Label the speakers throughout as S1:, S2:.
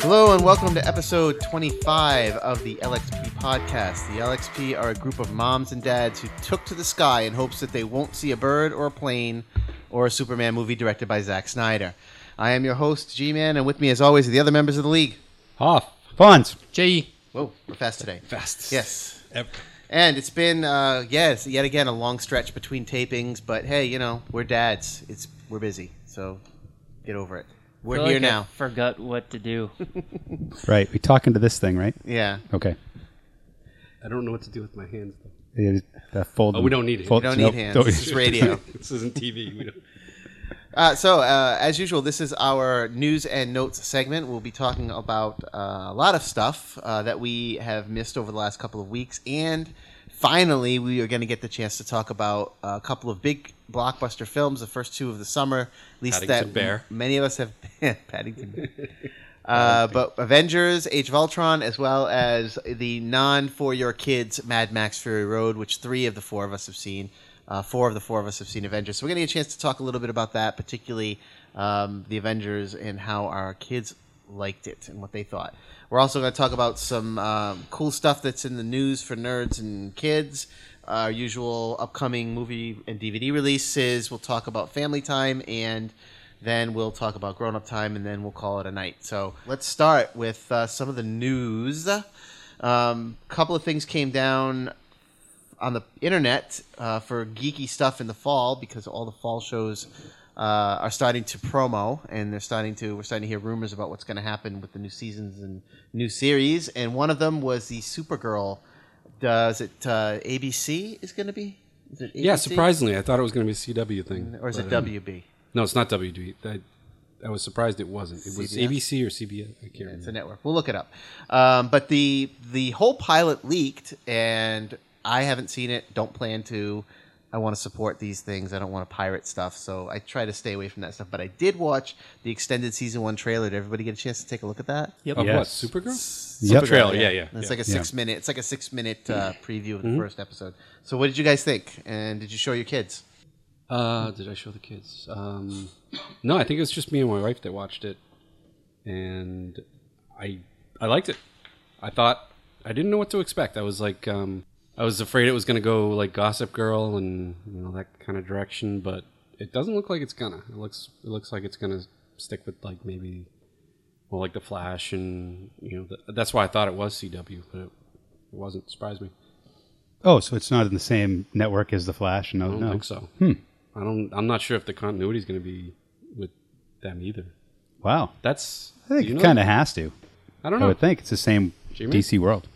S1: Hello and welcome to episode 25 of the LXP podcast. The LXP are a group of moms and dads who took to the sky in hopes that they won't see a bird or a plane or a Superman movie directed by Zack Snyder. I am your host, G Man, and with me, as always, are the other members of the league.
S2: Hoff. Fonz.
S3: J. E.
S1: Whoa, we're fast today.
S2: Fast.
S1: Yes.
S2: Ever.
S1: And it's been, uh, yes, yet again, a long stretch between tapings, but hey, you know, we're dads. It's We're busy, so get over it. We're
S3: feel
S1: here
S3: like I
S1: now.
S3: forgot what to do.
S2: Right. We talking to this thing, right?
S1: Yeah.
S2: Okay.
S4: I don't know what to do with my hands. Though.
S2: It- uh, fold
S4: Oh,
S2: them.
S4: we don't need it.
S2: Fold-
S1: We don't
S2: nope,
S1: need hands.
S2: don't-
S1: This is radio.
S4: this isn't TV. We don't.
S1: Uh, so, uh, as usual, this is our news and notes segment. We'll be talking about uh, a lot of stuff uh, that we have missed over the last couple of weeks. And finally, we are going to get the chance to talk about a couple of big blockbuster films, the first two of the summer. At least
S4: Paddington
S1: that
S4: Bear.
S1: many of us have. Paddington Bear. Uh, but Avengers, Age of Ultron, as well as the non for your kids Mad Max Fury Road, which three of the four of us have seen. Uh, four of the four of us have seen Avengers. So we're going to get a chance to talk a little bit about that, particularly um, the Avengers and how our kids liked it and what they thought. We're also going to talk about some um, cool stuff that's in the news for nerds and kids. Our usual upcoming movie and DVD releases. We'll talk about family time and then we'll talk about grown up time and then we'll call it a night. So let's start with uh, some of the news. A um, couple of things came down on the internet uh, for geeky stuff in the fall because all the fall shows uh, are starting to promo and they're starting to we're starting to hear rumors about what's going to happen with the new seasons and new series. And one of them was the Supergirl. Does it uh, ABC is going to be? Is it
S4: Yeah,
S1: ABC?
S4: surprisingly, I thought it was going to be a CW thing.
S1: Or is it
S4: but, um,
S1: WB?
S4: No, it's not WB. I, I was surprised it wasn't. It was
S1: CBS?
S4: ABC or CBS. I can't
S1: It's
S4: remember.
S1: a network. We'll look it up. Um, but the the whole pilot leaked, and I haven't seen it. Don't plan to. I want to support these things. I don't want to pirate stuff, so I try to stay away from that stuff. But I did watch the extended season one trailer. Did everybody get a chance to take a look at that?
S3: Yep.
S4: Of
S2: Yes.
S4: what? Supergirl.
S2: Yep.
S4: Trailer. Yeah, yeah.
S1: It's
S4: yeah.
S1: like a
S2: Yeah.
S1: six minute. It's like a six minute uh, preview of the first episode. So, what did you guys think? And did you show your kids?
S4: Uh, did I show the kids? Um, no, I think it was just me and my wife that watched it, and I I liked it. I thought I didn't know what to expect. I was like, um, I was afraid it was going to go like Gossip Girl and you know that kind of direction, but it doesn't look like it's gonna. It looks it looks like it's gonna stick with like maybe well like the Flash and you know th that's why I thought it was CW, but it, it wasn't. Surprised me.
S2: Oh, so it's not in the same network as the Flash? No,
S4: I don't
S2: no. Hmm.
S4: think so. I don't. I'm not sure if the continuity is going to be with them either.
S2: Wow.
S4: That's.
S2: I think
S4: do you
S2: it
S4: know
S2: kind of has to.
S4: that? I don't
S2: I
S4: know.
S2: would think it's the same
S4: G-Man?
S2: DC world.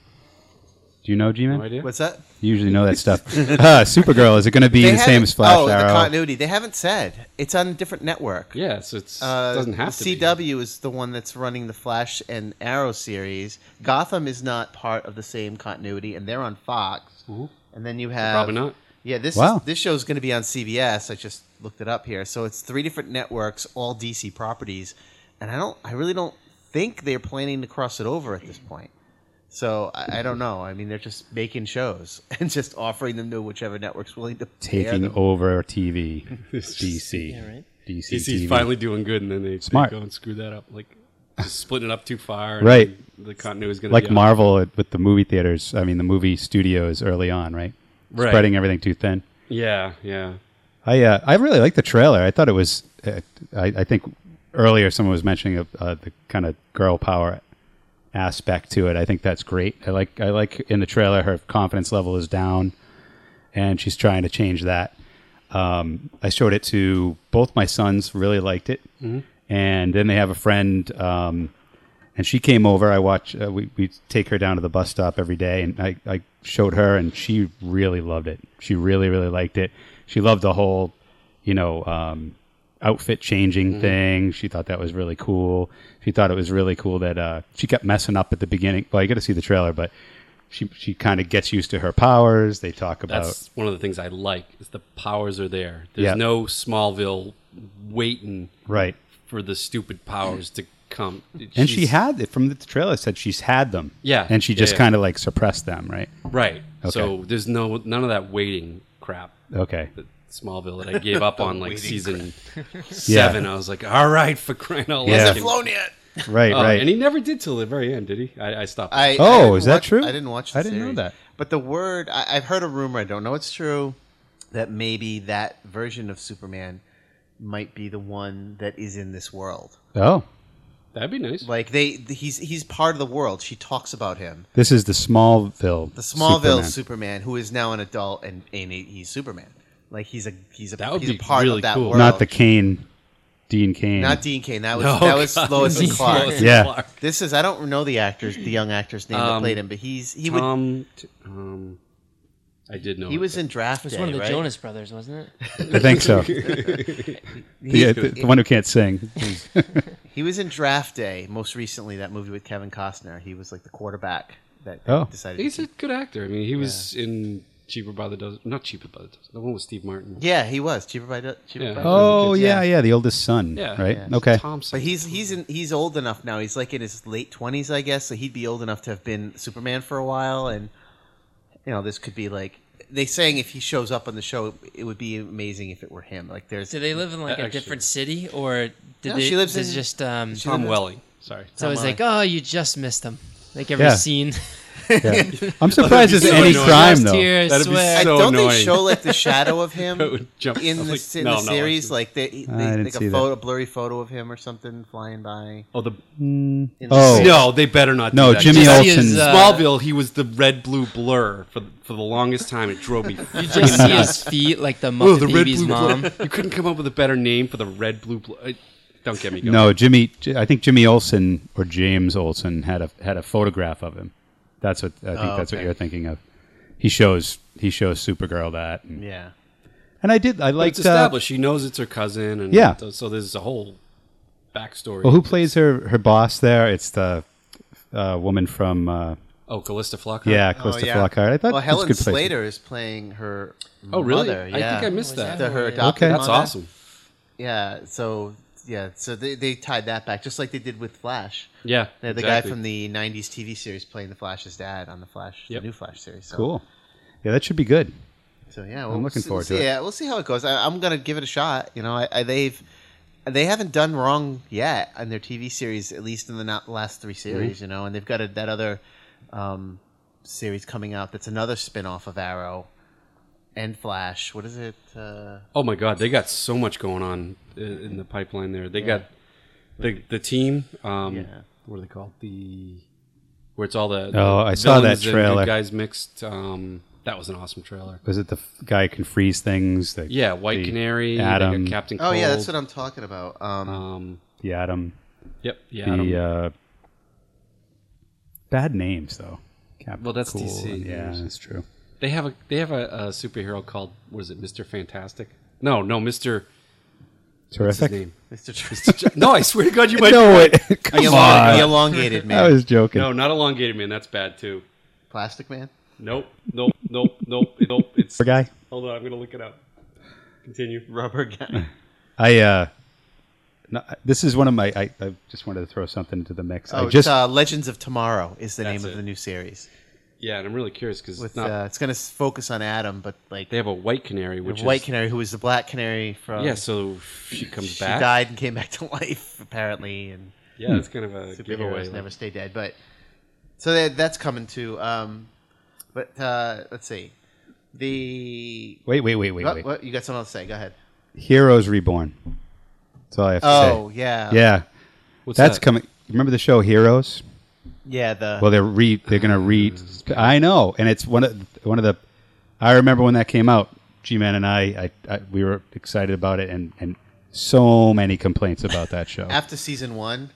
S2: Do you know G-Man?
S4: No idea.
S1: What's that?
S2: You usually know that stuff. uh, Supergirl. Is it going to be the same
S1: haven't-
S2: as Flash
S1: Oh,
S2: Arrow?
S1: the continuity. They haven't said. It's on a different network.
S4: Yes, it's
S1: Uh,
S4: it doesn't have to.
S1: the CW is the one that's running the Flash and Arrow series. Gotham is not part of the same continuity, and they're on Fox. And then you have
S4: Probably not.
S1: Yeah, this
S2: Wow.
S1: is, this show is going to be on CBS. I just looked it up here. So it's three different networks, all DC properties, and I don't, I really don't think they're planning to cross it over at this point. So I, I don't know. I mean, they're just making shows and just offering them to whichever network's willing to pay
S2: Taking
S1: them.
S2: over TV. DC.
S3: Yeah, right.
S2: DC
S4: DC's
S2: TV.
S4: finally doing good, and then they, they
S2: Smart.
S4: go and screw that up, like just splitting it up too far. and
S2: Right.
S4: The continuity is going to
S2: like
S4: be out.
S2: Marvel at- with the movie theaters. I mean, the movie studios early on, right?
S4: Right.
S2: Spreading everything too thin.
S4: Yeah, yeah.
S2: I uh, I really liked the trailer. I thought it was. Uh, I, I think earlier someone was mentioning uh, uh, the kind of girl power aspect to it. I think that's great. I like I like in the trailer her confidence level is down, and she's trying to change that. Um, I showed it to both my sons. Really liked it, and then they have a friend. Um, and she came over. I watch. Uh, we we take her down to the bus stop every day, and I I showed her, and she really loved it. She really really liked it. She loved the whole, you know, um, outfit changing thing. She thought that was really cool. She thought it was really cool that uh, she kept messing up at the beginning. Well, you got to see the trailer, but she she kind of gets used to her powers. They talk about
S4: That's one of the things I like is the powers are there. There's
S2: Uh, Yeah.
S4: no Smallville waiting
S2: right.
S4: for the stupid powers to come.
S2: And she
S4: She's-
S2: had it from the trailer. it Said she's had them.
S4: Yeah.
S2: and she
S4: Yeah,
S2: just
S4: yeah.
S2: kind of like suppressed them. Right.
S4: right. So
S2: Okay.
S4: there's no none of that waiting crap.
S2: Okay.
S4: that Smallville that I gave up on like season seven. I was like, all right, for crying out loud.
S2: Yeah.
S4: can-
S1: Flown yet?
S2: Right,
S4: Uh,
S2: right.
S4: And he never did till the very end, did he? I, I stopped.
S1: I, I
S2: Oh,
S1: didn't
S2: is that
S1: watch-
S2: true?
S1: I didn't watch. The
S2: I didn't know
S1: series.
S2: that.
S1: But the word I, I've heard a rumor. I don't know it's true. That maybe that version of Superman might be the one that is in this world.
S2: oh,
S4: That'd be nice.
S1: Like they, he's he's part of the world. She talks about him.
S2: this is the Smallville.
S1: The Smallville Superman,
S2: Superman.
S1: who is now an adult and, and he- he's Superman. Like he's a he's a,
S4: That would
S1: he's a
S4: be
S1: part
S4: really
S1: of that
S4: cool.
S1: world.
S2: not the Kane, Dean Kane.
S1: not Dean Kane. That was
S4: No,
S1: that was
S4: Oh, God.
S1: Lois and Clark.
S4: Lois and
S2: Yeah.
S4: Clark.
S1: This is I don't know the actors, the young actor's name that
S4: Um,
S1: played him, but he's he would
S4: Tom, t- um, I did know
S1: he
S4: it,
S1: was in Draft
S3: It was
S1: Day,
S3: one of the
S1: right?
S3: Jonas Brothers, wasn't it?
S2: I think so. the, uh, the, the one who can't sing.
S1: He was in Draft Day most recently. That movie with Kevin Costner. He was like the quarterback that
S2: Oh.
S1: decided.
S4: He's
S1: to
S4: a
S1: keep-
S4: good actor. I mean, he was in Cheaper by the Dozen. Not Cheaper by the Dozen. The one with Steve Martin.
S1: yeah, he was cheaper by Do- cheaper
S4: Yeah.
S1: by. Do-
S2: Oh
S1: Yeah.
S2: yeah, yeah, the oldest son.
S4: Yeah.
S2: right.
S1: Yeah.
S2: Okay.
S4: Thompson.
S1: But he's he's in he's old enough now. He's like in his late twenties, I guess. So he'd be old enough to have been Superman for a while, and you know this could be like they saying if he shows up on the show, it would be amazing if it were him. Like there's
S3: Do they live in like
S4: Uh,
S3: a
S4: actually-
S3: different city, or did
S1: No,
S3: they?
S1: she lives
S3: is
S1: in-
S3: just um.
S1: she-
S4: Tom Welling. Sorry.
S3: so it's
S1: Tom
S3: like, oh, you just missed them. Like every
S2: Yeah.
S3: scene.
S2: Yeah. I'm surprised there's
S4: So
S2: any
S4: annoying.
S2: crime
S3: Last
S2: though.
S3: year,
S4: That'd be
S3: swear.
S1: I
S4: so
S1: don't they
S4: annoying.
S1: show like the shadow of him
S4: It would jump.
S1: in
S4: I
S1: the,
S4: was
S1: in
S4: no,
S1: the
S4: I'm not
S1: series?
S4: watching.
S1: Like they, they
S2: I didn't
S1: like
S2: see
S1: a
S2: that.
S1: photo, a blurry photo of him or something flying by.
S4: oh, the
S1: in
S2: Oh.
S4: no, they better not. do
S2: No,
S4: that.
S2: Jimmy
S3: Just
S2: Olsen.
S3: use, uh,
S4: Smallville. He was the red blue blur for the, for the longest time. It drove me.
S3: You just see his feet, like the
S4: oh,
S3: Muppet
S4: the red
S3: Baby's
S4: blue
S3: mom.
S4: blur. You couldn't come up with a better name for the red blue blur. Uh, Don't get me going.
S2: No, Jimmy. J- I think Jimmy Olsen or James Olsen had a had a photograph of him. That's what I think.
S1: Oh,
S2: that's
S1: okay.
S2: what you're thinking of. He shows he shows Supergirl that, and,
S1: Yeah.
S2: and I did. I
S4: But
S2: liked.
S4: it's
S2: Uh,
S4: established. she knows it's her cousin, and
S2: Yeah.
S4: So, so there's a whole backstory.
S2: well, who plays her her boss there? It's the uh, woman from uh,
S4: Oh, Callista Flockhart.
S2: yeah, Calista Flockhart. I thought
S1: well,
S2: it was a
S1: Helen
S2: good place.
S1: Slater is playing her.
S4: Oh, really?
S1: mother,
S4: I
S1: yeah.
S4: think I missed
S3: Was
S4: that.
S3: that-
S1: The- her
S3: Okay.
S1: adopted
S2: That's
S4: That's
S1: mother.
S4: awesome.
S1: Yeah. So yeah. So they they tied that back just like they did with Flash.
S4: Yeah.
S1: They had The
S4: exactly.
S1: guy from the '90s TV series playing the Flash's dad on the Flash,
S4: Yep.
S1: the new Flash series. So,
S2: Cool. Yeah, that should be good.
S1: So yeah, we'll
S2: looking
S1: see,
S2: forward
S1: we'll
S2: to
S1: see,
S2: it.
S1: Yeah, we'll see how it goes. I, I'm gonna give it a shot. You know, I, I, they've they haven't done wrong yet on their TV series, at least in the not last
S2: Mm-hmm.
S1: three series. You know, and they've got a, that other um, series coming out that's another spin-off of Arrow and Flash. What is it? Uh,
S4: Oh my God, they got so much going on i- in the pipeline there. They got the the team. Um,
S1: Yeah.
S4: What are they called? The where it's all the
S2: Oh, I
S4: the
S2: saw that
S4: villains and good
S2: trailer.
S4: guys mixed. Um, that was an awesome trailer.
S2: Was it the f- guy who can freeze things? The,
S4: Yeah, White
S2: the
S4: Canary, they got
S2: Adam,
S4: Captain.
S1: oh yeah,
S4: Cold,
S1: that's what I'm talking about. Um,
S2: Uh,
S4: Um,
S2: the Adam,
S4: yep. Yeah.
S2: the
S4: Adam.
S2: uh, bad names though. Captain
S4: Well, that's
S2: Cool
S4: DC.
S2: and- Yeah,
S4: There's-
S2: that's true.
S4: They have a they have a, a superhero called what is it, Mister Fantastic? No, no, Mister. What's his
S2: Terrific.
S4: name?
S1: Mr.
S4: no, I swear to God, you might.
S2: No, it.
S1: the,
S2: Come
S1: elong- the
S2: on.
S1: elongated man,
S2: I was joking.
S4: No, not elongated man. That's bad too.
S1: Plastic Man.
S4: Nope, nope, nope, nope, nope. It's
S2: Poor guy.
S4: Hold on, I'm gonna look it up. Continue.
S1: Rubber guy.
S2: I uh, no, this is one of my. I, I just wanted to throw something into the mix.
S1: Oh,
S2: I just
S1: it's, uh, Legends of Tomorrow is the
S4: That's
S1: name of
S4: it.
S1: the new series.
S4: Yeah, and I'm really curious because
S1: With
S4: it's not.
S1: uh, it's going to focus on Adam, but like
S4: they have a white canary, which
S1: Of White
S4: is
S1: Canary, who was the Black Canary from.
S4: yeah. So she comes
S1: she
S4: back.
S1: died and came back to life apparently, and
S4: Yeah, that's kind of a giveaway.
S1: superheroes
S4: like-
S1: never stay dead. But so that, that's coming too. Um, but uh, let's see. The
S2: wait, wait, wait, wait,
S1: what,
S2: wait.
S1: what- you got something else to say? Go ahead.
S2: Heroes Reborn. That's all I have to
S1: Oh yeah,
S2: say. Yeah,
S4: What's
S2: that's
S4: that?
S2: coming. Remember the show Heroes?
S1: yeah. The
S2: Well, they're re they're gonna re. I know, and it's one of one of the. I remember when that came out. G Man and I, I, I, we were excited about it, and and so many complaints about that show.
S1: after season one,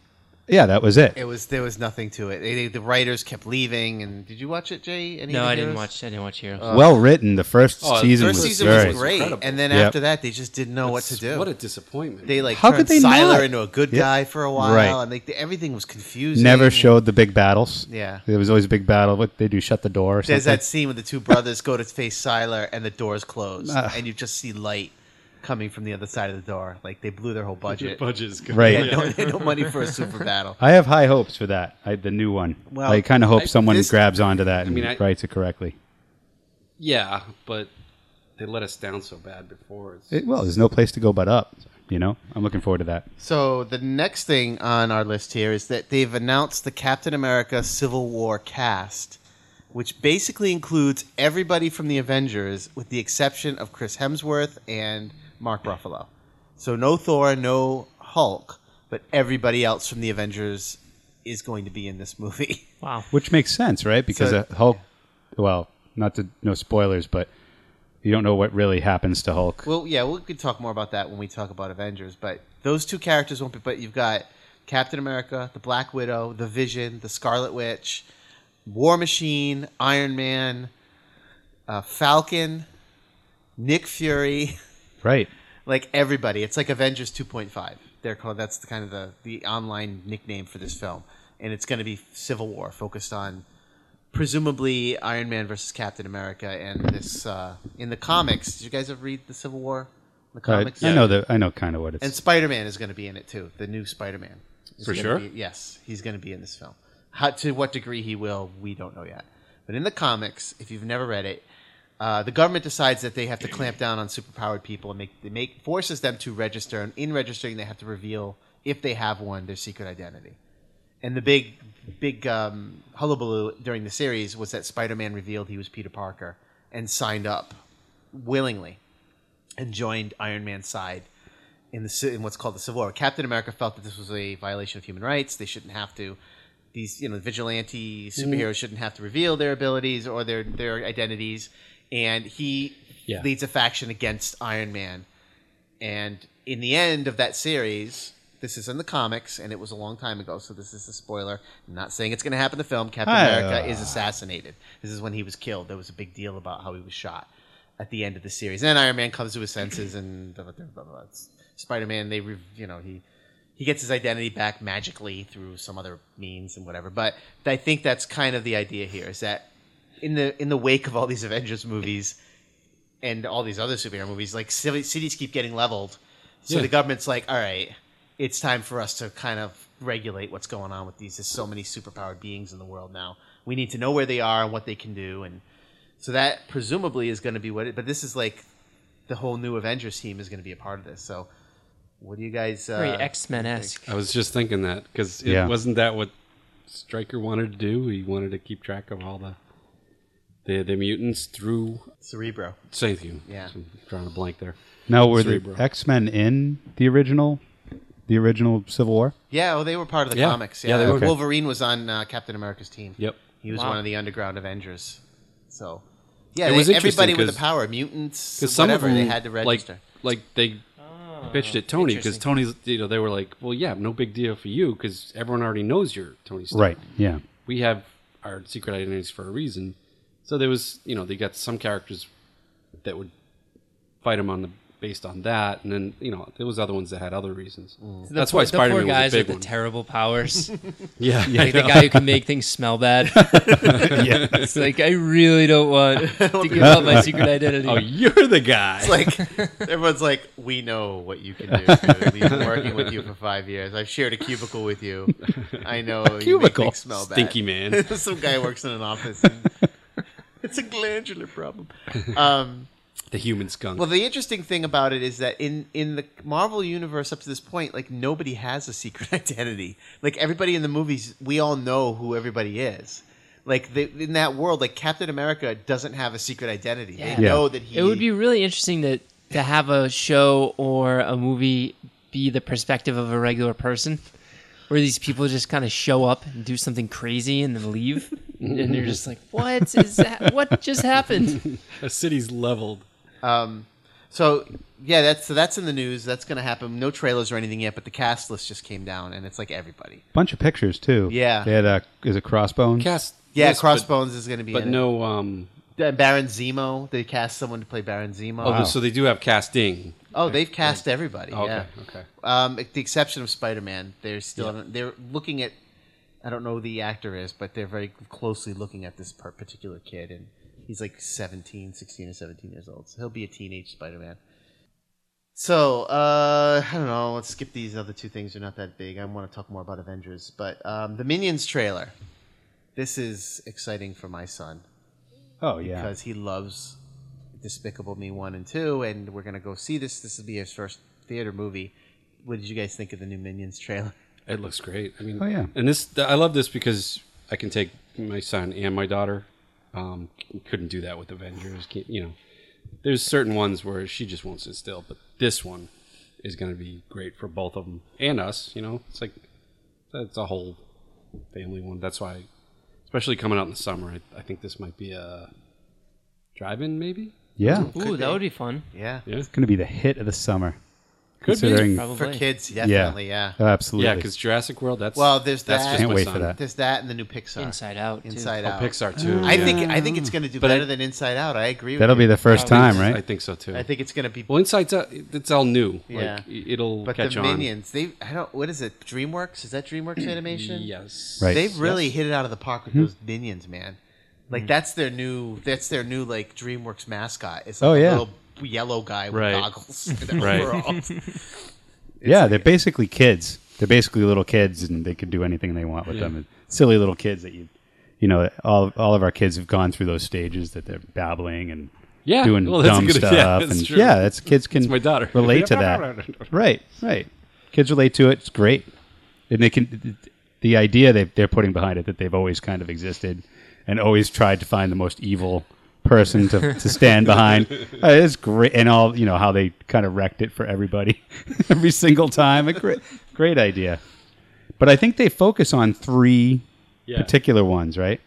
S2: yeah, that was it.
S1: it was there was nothing to it. They, they- the writers kept leaving. And did you watch it, Jay? Any
S3: No,
S1: of the
S3: I didn't
S1: heroes?
S3: watch. I didn't watch Heroes.
S4: Uh,
S1: Uh,
S2: well written. The first
S4: Oh, the
S2: season
S1: First
S2: was
S1: season
S2: very.
S1: was great,
S4: incredible.
S1: and then
S2: Yep.
S1: after that, they just didn't know what to do.
S4: What a disappointment.
S1: they like
S2: How
S1: turned
S2: could they
S1: Siler
S2: not?
S1: into a good
S2: Yeah.
S1: guy for a while,
S2: Right.
S1: and like the, everything was confusing.
S2: Never showed the big battles.
S1: Yeah.
S2: there was always a big battle. What they do, shut the door. Or
S1: There's
S2: something.
S1: that scene where the two brothers go to face Siler, and the door's closed, and you just see light coming from the other side of the door. Like they blew their whole
S4: Your
S1: budget.
S4: budget is good.
S2: Right.
S1: They had no, they had no money for a super battle.
S2: I have high hopes for that. I, the new one.
S1: Well,
S2: I kind of hope
S4: I-
S2: someone
S4: this-
S2: grabs onto that and
S4: mean, I-
S2: writes it correctly.
S4: Yeah, but they let us down so bad before. It's,
S2: It, well, there's no place to go but up. You know, I'm looking forward to that.
S1: So the next thing on our list here is that they've announced the Captain America Civil War cast, which basically includes everybody from the Avengers with the exception of Chris Hemsworth and Mark Ruffalo. So no Thor, no Hulk, but everybody else from the Avengers is going to be in this movie.
S3: Wow.
S2: Which makes sense, right? Because
S1: So-
S2: uh Hulk, well, not to no spoilers, but you don't know what really happens to Hulk.
S1: Well, yeah, we could talk more about that when we talk about Avengers, but those two characters won't be. But you've got Captain America, the Black Widow, the Vision, the Scarlet Witch, War Machine, Iron Man, uh, Falcon, Nick Fury,
S2: right.
S1: like everybody. It's like Avengers 2.5. They're called. That's the kind of the the online nickname for this film, and it's going to be Civil War, focused on presumably Iron Man versus Captain America, and this uh, in the comics. Did you guys ever read the Civil War? The
S2: Uh,
S1: comics.
S2: I know the I know kind of what it's.
S1: And Spider Man is going to be in it too. The new Spider Man.
S4: For sure?
S1: yes, he's going to be in this film. How, to what degree he will, we don't know yet. But in the comics, if you've never read it, uh, the government decides that they have to clamp down on superpowered people and make they make forces them to register. And in registering, they have to reveal if they have one their secret identity. And the big, big um, hullabaloo during the series was that Spider Man revealed he was Peter Parker and signed up willingly and joined Iron Man's side in the ci- in what's called the Civil War. Captain America felt that this was a violation of human rights. They shouldn't have to. These you know vigilante superheroes shouldn't have to reveal their abilities or their their identities, and he
S4: Yeah.
S1: leads a faction against Iron Man. And in the end of that series, this is in the comics, and it was a long time ago, so this is a spoiler. I'm not saying it's going to happen in the film. Captain
S2: Ah.
S1: America is assassinated. This is when he was killed. There was a big deal about how he was shot at the end of the series. And then Iron Man comes to his senses, and blah, blah, blah, blah, blah. Spider Man, they, re- you know, he. He gets his identity back magically through some other means and whatever, but I think that's kind of the idea here: is that in the in the wake of all these Avengers movies, and all these other superhero movies, like civi- cities keep getting leveled. So
S4: Yeah.
S1: the government's like, all right, it's time for us to kind of regulate what's going on with these. There's so many superpowered beings in the world now. We need to know where they are and what they can do. And so that presumably is going to be what it, but this is like the whole new Avengers team is going to be a part of this. So what do you guys, uh,
S3: Very X Men esque.
S4: I was just thinking that because it
S2: Yeah.
S4: wasn't that what Stryker wanted to do. He wanted to keep track of all the the, the mutants through.
S1: Cerebro?
S4: Say you.
S1: Yeah.
S4: I'm drawing a blank there.
S2: now were
S4: Cerebro.
S2: the X Men in the original, the original Civil War?
S1: Yeah. Oh, they were part of the
S4: Yeah.
S1: comics. Yeah.
S4: Yeah, they were. Okay.
S1: Wolverine was on uh, Captain America's team.
S4: Yep.
S1: He was
S3: Wow.
S1: one of the underground Avengers. So, yeah,
S4: It
S1: they-
S4: was interesting
S1: everybody with the
S4: 'cause-
S1: power, mutants, whatever,
S4: Because some of them
S1: they had to register.
S4: Like, like they bitched at Tony
S3: Oh,
S4: because
S3: interesting.
S4: Tony's. You know, they were like, "Well, yeah, no big deal for you because everyone already knows you're Tony Stark.
S2: Right. Yeah.
S4: we have our secret identities for a reason. So there was, you know, they got some characters that would fight him on the based on that, and then you know there was other ones that had other reasons.
S1: Mm.
S3: The
S4: That's
S3: poor-
S4: why
S3: the
S4: Spider
S3: poor
S4: Man was
S3: guys
S4: a big
S3: with
S4: one.
S3: the terrible powers.
S4: yeah,
S3: like the guy who can make things smell bad. It's like I really don't want to give up my secret identity.
S4: oh, you're the guy.
S1: like everyone's like, we know what you can do. dude. We've been working with you for five years. I've shared a cubicle with you. I know you make
S2: cubicle.
S1: things smell bad.
S4: Stinky man.
S1: Some guy works in an office. And it's a glandular problem. Um,
S4: the human skunk.
S1: Well, the interesting thing about it is that in in the Marvel universe up to this point, like nobody has a secret identity. Like everybody in the movies, we all know who everybody is. Like the, in that world, like Captain America doesn't have a secret identity.
S3: Yeah.
S1: They
S2: Yeah.
S1: know that he.
S3: It would be really interesting to to have a show or a movie be the perspective of a regular person, where these people just kind of show up and do something crazy and then leave, and you're just like, "What is that? What just happened?"
S4: the city's leveled.
S1: So yeah, that's so that's in the news. That's going to happen. No trailers or anything yet, but the cast list just came down, and it's like everybody.
S2: Bunch of pictures too.
S1: Yeah.
S2: They had a is it Crossbones?
S4: Cast.
S1: Yeah,
S4: yes, but-
S1: Crossbones is going to be.
S4: But,
S1: in it.
S4: no. Um.
S1: Uh, Baron Zemo. They cast someone to play Baron Zemo.
S4: Oh, so they do have casting.
S1: Oh, they've cast everybody.
S4: Oh, okay,
S1: yeah.
S4: okay.
S1: Um, at the exception of Spider-Man, they're still they're looking at. I don't know who the actor is, but they're very closely looking at this par- particular kid, and he's like 17, 16 or seventeen years old. So he'll be a teenage Spider-Man. So uh, I don't know. Let's skip these other two things. They're not that big. I want to talk more about Avengers, but um, the Minions trailer. This is exciting for my son
S2: Oh yeah.
S1: because he loves Despicable Me one and two, and we're gonna go see this. This will be his first theater movie. What did you guys think of the new Minions trailer?
S4: It looks great. I mean,
S2: Oh, yeah.
S4: And this, I love this because I can take my son and my daughter. Um, couldn't do that with Avengers. Can't, you know, there's certain ones where she just won't sit still, but this one is going to be great for both of them and us. You know, it's like it's a whole family one. That's why, especially coming out in the summer, I, I think this might be a drive-in, maybe.
S2: Yeah,
S3: Ooh, that would be fun.
S1: Yeah,
S4: Yeah,
S2: it's going to be the hit of the summer.
S4: Could be.
S2: considering,
S3: Probably.
S1: for kids, definitely. Yeah.
S2: Oh, absolutely.
S4: yeah, because Jurassic World. That's
S1: Well, there's
S4: that's
S1: that.
S4: just
S2: Can't
S4: my
S2: wait
S4: son.
S2: for that.
S1: There's that and the new Pixar
S3: Uh, Inside Out. too.
S1: Inside
S4: Oh,
S1: Out.
S4: Pixar too.
S1: I
S4: yeah.
S1: think I think it's going to do
S4: But I-
S1: better than Inside Out. I agree.
S2: That'll
S1: with
S2: be
S1: you.
S2: the first time, right?
S4: I think so too.
S1: I think it's going to be.
S4: Well, Inside's out, it's all new.
S1: Yeah.
S4: Like, i- it'll
S1: But
S4: catch
S1: the
S4: on.
S1: Minions, they I don't. What is it? DreamWorks is that DreamWorks animation?
S4: Yes.
S2: Right.
S1: They've really hit it out of the park
S2: Hmm.
S1: with those minions, man. Like that's their new that's their new like DreamWorks mascot. It's like
S2: Oh,
S1: a
S2: yeah.
S1: little yellow guy with
S4: Right.
S1: goggles and
S4: Right.
S1: overalls.
S2: yeah, they're basically kids. They're basically little kids, and they can do anything they want with them. And silly little kids that you, you know, all all of our kids have gone through those stages that they're babbling and
S4: Yeah,
S2: doing
S4: well, that's a
S2: dumb
S4: good-
S2: stuff.
S4: yeah, that's
S2: and
S4: true.
S2: yeah, that's kids can
S4: my daughter.
S2: relate to that. right, right. Kids relate to it. It's great, and they can. The idea that they're putting behind it that they've always kind of existed and always tried to find the most evil person to, to stand behind uh, it's great and all you know how they kind of wrecked it for everybody every single time a great great idea but i think they focus on three
S4: Yeah. Uh,
S2: particular ones right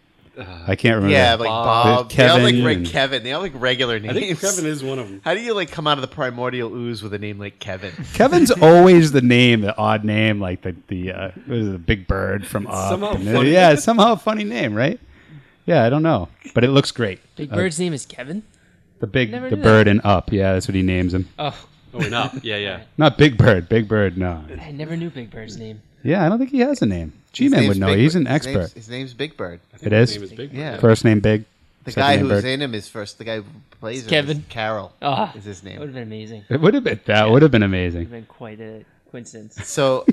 S2: i can't remember
S1: yeah, like Bob.
S2: Bob,
S1: They all like
S2: Kevin,
S1: reg-
S2: and-
S1: Kevin. They all like regular
S4: I
S1: names.
S4: think Kevin is one of them.
S1: How do you like come out of the primordial ooze with a name like Kevin?
S2: Kevin's always the name, the odd name, like the the uh, what is it, the big bird from Up.
S4: Somehow
S2: And, uh,
S4: funny.
S2: Yeah, somehow a funny name, right? Yeah, I don't know, but it looks great.
S3: Big
S2: Uh,
S3: Bird's name is Kevin.
S2: the big
S3: Never
S2: the
S3: knew
S2: bird and Up. Yeah, that's what he names him.
S3: Oh,
S4: Oh, and up. Yeah, yeah.
S2: Not Big Bird. Big Bird. No.
S3: I never knew Big Bird's name.
S2: Yeah, I don't think he has a name. G
S1: His
S2: Man
S1: name's
S2: would know.
S1: Big
S2: He's
S1: Bird.
S2: an
S1: His name's-
S2: expert.
S1: His name's Big Bird.
S2: It is?
S4: His name is Big.
S1: Yeah.
S2: First name Big.
S1: The
S2: second
S1: guy
S2: name
S1: who was
S2: Bird.
S1: in him is first. The guy who plays him
S3: Kevin.
S1: is Carol
S4: Oh.
S3: Ah,
S1: is his
S3: That would have
S1: name.
S3: been amazing.
S2: It would have been that would have been amazing.
S3: would have been quite a coincidence.
S1: So,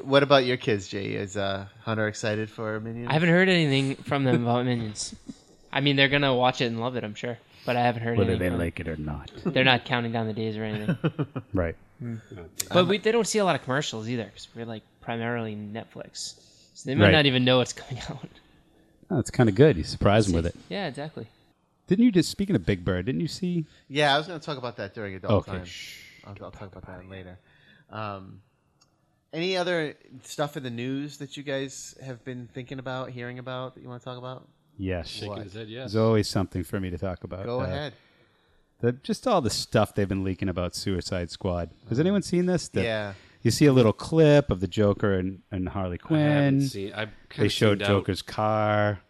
S1: what about your kids, Jay? Is uh, Hunter excited for Minions?
S3: I haven't heard anything from them about Minions. I mean, they're gonna watch it and love it, I'm sure. But I haven't heard
S2: Whether
S3: anything.
S2: they
S3: from them.
S2: like it or not.
S3: They're not counting down the days or anything.
S2: Right.
S3: But we, they don't see a lot of commercials either, because we're like primarily Netflix, so they might
S2: Right.
S3: not even know what's coming out.
S2: That's kind of good. You surprise him with it.
S3: Yeah, exactly.
S2: Didn't you just speaking of Big Bird? Didn't you see?
S1: Yeah, I was going to talk about that during adult
S2: Okay.
S1: time. I'll, I'll talk about that later. Um, any other stuff in the news that you guys have been thinking about, hearing about that you want to talk about?
S2: Yes.
S4: Shaking his head, yes.
S2: There's always something for me to talk about.
S1: Go
S2: Uh,
S1: ahead.
S2: the, just all the stuff they've been leaking about Suicide Squad.
S4: Mm.
S2: Has anyone seen this? The-
S1: Yeah.
S2: You see a little clip of the Joker and, and Harley
S4: I haven't
S2: Quinn.
S4: seen. I've kind
S2: They
S4: of
S2: showed
S4: tuned out.
S2: Joker's car.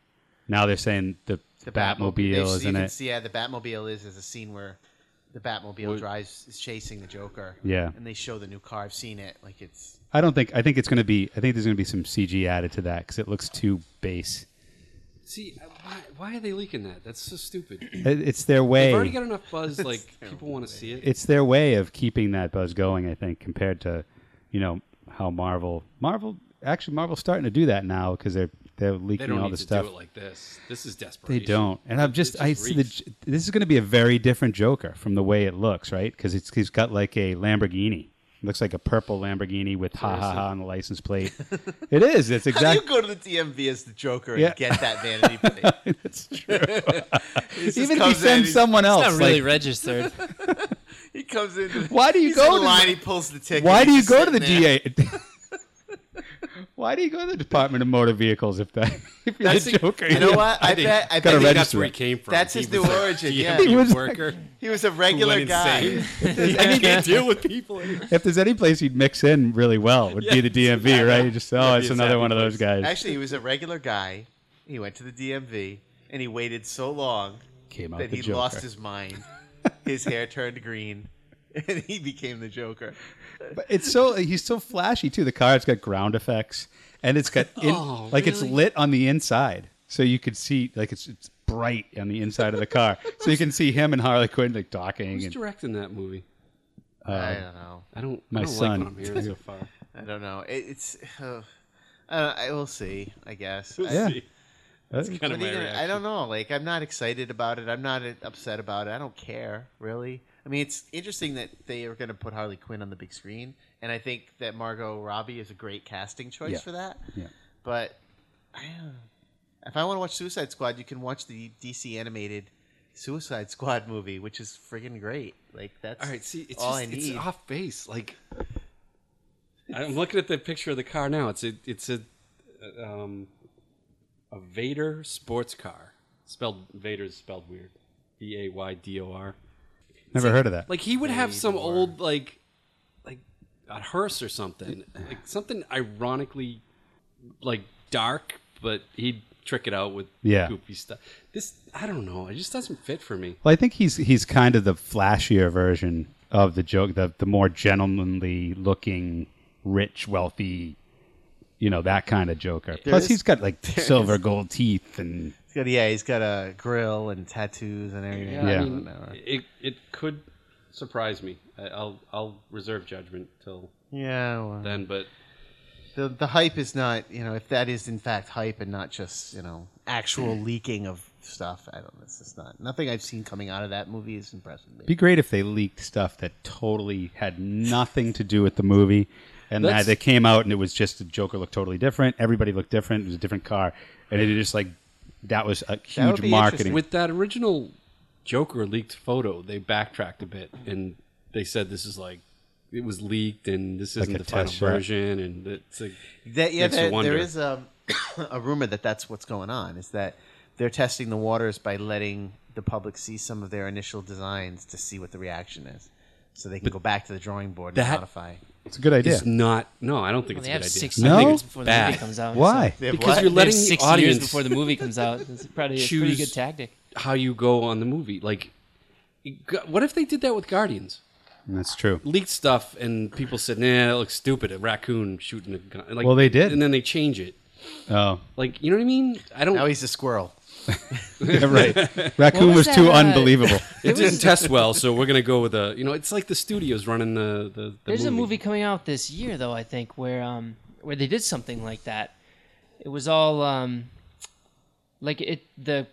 S2: Now they're saying the, the Batmobile,
S1: They- you
S2: isn't
S1: can
S2: it?
S1: see- yeah, the Batmobile is is a scene where the Batmobile drives is chasing the Joker.
S2: Yeah.
S1: and they show the new car. I've seen it. Like it's
S2: I don't think. I think it's going to be. I think there's going to be some CG added to that because it looks too base.
S4: See, uh, why, why are they leaking that? That's so stupid.
S2: It- It's their
S4: They've already
S2: way.
S4: got enough buzz. Like people want to see it.
S2: it's their way of keeping that buzz going. I think compared to, you know, how Marvel. Marvel actually Marvel's starting to do that now because they're they're leaking
S4: They don't
S2: all
S4: need
S2: the
S4: to
S2: stuff.
S4: do it like this. This is
S2: They
S4: desperation.
S2: don't, and I'm just,
S4: just
S2: I see the.
S4: reach.
S2: j- This is going to be a very different Joker from the way it looks, right? Because it's he's got like a Lamborghini. It looks like a purple Lamborghini with ha ha ha on the license plate. it is. It's
S1: how do
S2: exactly.
S1: you go to the DMV as the Joker and
S2: Yeah.
S1: get that vanity plate?
S2: That's true.
S1: He just
S2: Even if you
S1: comes in and
S2: send
S1: he-
S2: someone else,
S3: Not really
S2: like,
S3: registered.
S1: he comes in.
S2: Why do you
S1: he's
S2: go
S1: in
S2: to the-
S1: line? he pulls the ticket.
S2: why do you
S1: he's
S2: go to the
S1: sitting there.
S2: DA? why do you go to the Department of Motor Vehicles if that if you're
S4: That's
S2: the
S4: the-
S2: Joker?
S1: You know what? I
S4: think-
S1: bet. I
S2: Gotta
S1: bet he
S4: I think
S2: register
S4: that's where he
S2: it.
S4: came from.
S1: That's his
S4: he
S1: new
S4: was a
S1: origin, yeah.
S4: DMV
S2: He was-
S4: worker. who
S1: He was a regular
S4: went
S1: guy.
S4: insane. I can't deal with people. anymore.
S2: If there's any place he'd mix in really well, it would be the DMV, right? You just oh,
S4: That'd be
S2: it's
S4: his
S2: another
S4: happy
S2: one of those
S4: place.
S2: guys.
S1: Actually, he was a regular guy. He went to the DMV and he waited so long
S2: Came out
S1: that
S2: the
S1: he
S2: Joker.
S1: lost his mind. His hair turned green, and he became the Joker.
S2: But it's so he's so flashy too. The car's got ground effects, and it's got in,
S4: Oh,
S2: like it's lit on the inside, so you could see like it's it's bright on the inside of the car, so you can see him and Harley Quinn like talking.
S4: Who's
S2: And, uh,
S4: directing that movie?
S1: I don't know.
S4: I don't.
S2: My
S4: I don't
S2: son.
S4: Like what I'm hearing so far.
S1: I don't know. It, it's. Uh, I, don't, I will see. I guess. I,
S2: yeah,
S4: Kind
S1: what are
S4: of my
S1: you gonna- I
S4: reaction.
S1: e, don't know. Like I'm not excited about it. I'm not uh, upset about it. I don't care really. I mean, it's interesting that they are going to put Harley Quinn on the big screen, and I think that Margot Robbie is a great casting choice
S2: Yeah.
S1: for that.
S2: Yeah.
S1: But I don't- if I want to watch Suicide Squad, you can watch the DC animated Suicide Squad movie, which is friggin' great. Like that's
S4: All right, see, it's
S1: all
S4: just,
S1: I need.
S4: it's off base. Like, I'm looking at the picture of the car now. It's a it's a um, a Vader sports car. Spelled Vader's spelled weird. V a y d o r.
S2: Never heard of that.
S4: Like he would have some old like like a hearse or something, like something ironically like dark, but he'd trick it out with
S2: Yeah.
S4: goofy stuff. This I don't know. It just doesn't fit for me.
S2: Well, I think he's he's kind of the flashier version of the joke, the the more gentlemanly looking, rich, wealthy, you know, that kind of Joker. Plus,
S1: is-
S2: he's got like silver gold teeth, and
S1: He's got- yeah, he's got a grill and tattoos and everything.
S4: Yeah,
S2: Yeah.
S4: I mean,
S1: Whatever.
S4: it it could surprise me. I, I'll I'll reserve judgment till
S1: yeah well,
S4: then. But
S1: the the hype is not you know if that is in fact hype and not just you know actual leaking of stuff. I don't. This is not nothing I've seen coming out of that movie is impressive.
S2: be great if they leaked stuff that totally had nothing to do with the movie, and that
S4: That's-
S2: they came out and it was just the Joker looked totally different, everybody looked different, it was a different car, and it just like that was a huge
S1: be
S2: marketing.
S1: interesting.
S4: with that original Joker leaked photo, they backtracked a bit and they said this is like it was leaked and this isn't
S2: a
S4: the final
S2: test shot.
S4: version. And it's like
S1: That yeah,
S4: Makes
S1: that,
S4: you
S1: there
S4: wonder.
S1: is um, a rumor that that's what's going on. Is that they're testing the waters by letting the public see some of their initial designs to see what the reaction is, so they can go back to the drawing board and
S4: That-
S1: modify.
S2: it's a good idea.
S4: it's not. No, I don't
S3: Well,
S4: think it's
S3: they
S4: a
S3: have
S4: good idea.
S3: six
S2: No?
S3: years before the
S4: Bad.
S3: movie comes out.
S2: Why?
S3: so-
S1: They have
S4: Because
S1: what?
S4: you're
S3: They have
S4: letting
S3: six
S4: the audience
S3: years before the movie comes out. It's probably a pretty
S4: choose-
S3: good tactic.
S4: how you go on the movie. Like, you got- what if they did that with Guardians?
S2: That's true.
S4: leaked stuff and people said, "Nah, that looks stupid." A raccoon shooting a gun. Like,
S2: Well, they did.
S4: and then they change it.
S2: Oh,
S4: Like, you know what I mean? I don't.
S1: Now he's a squirrel.
S2: yeah, right. Raccoon
S3: was
S2: was, too
S3: that, uh,
S2: unbelievable.
S4: it didn't test well, so we're gonna go with a. You know, it's like the studios running the the. the
S3: There's a movie coming out this year though, I think, where um where they did something like that. It was all um like it the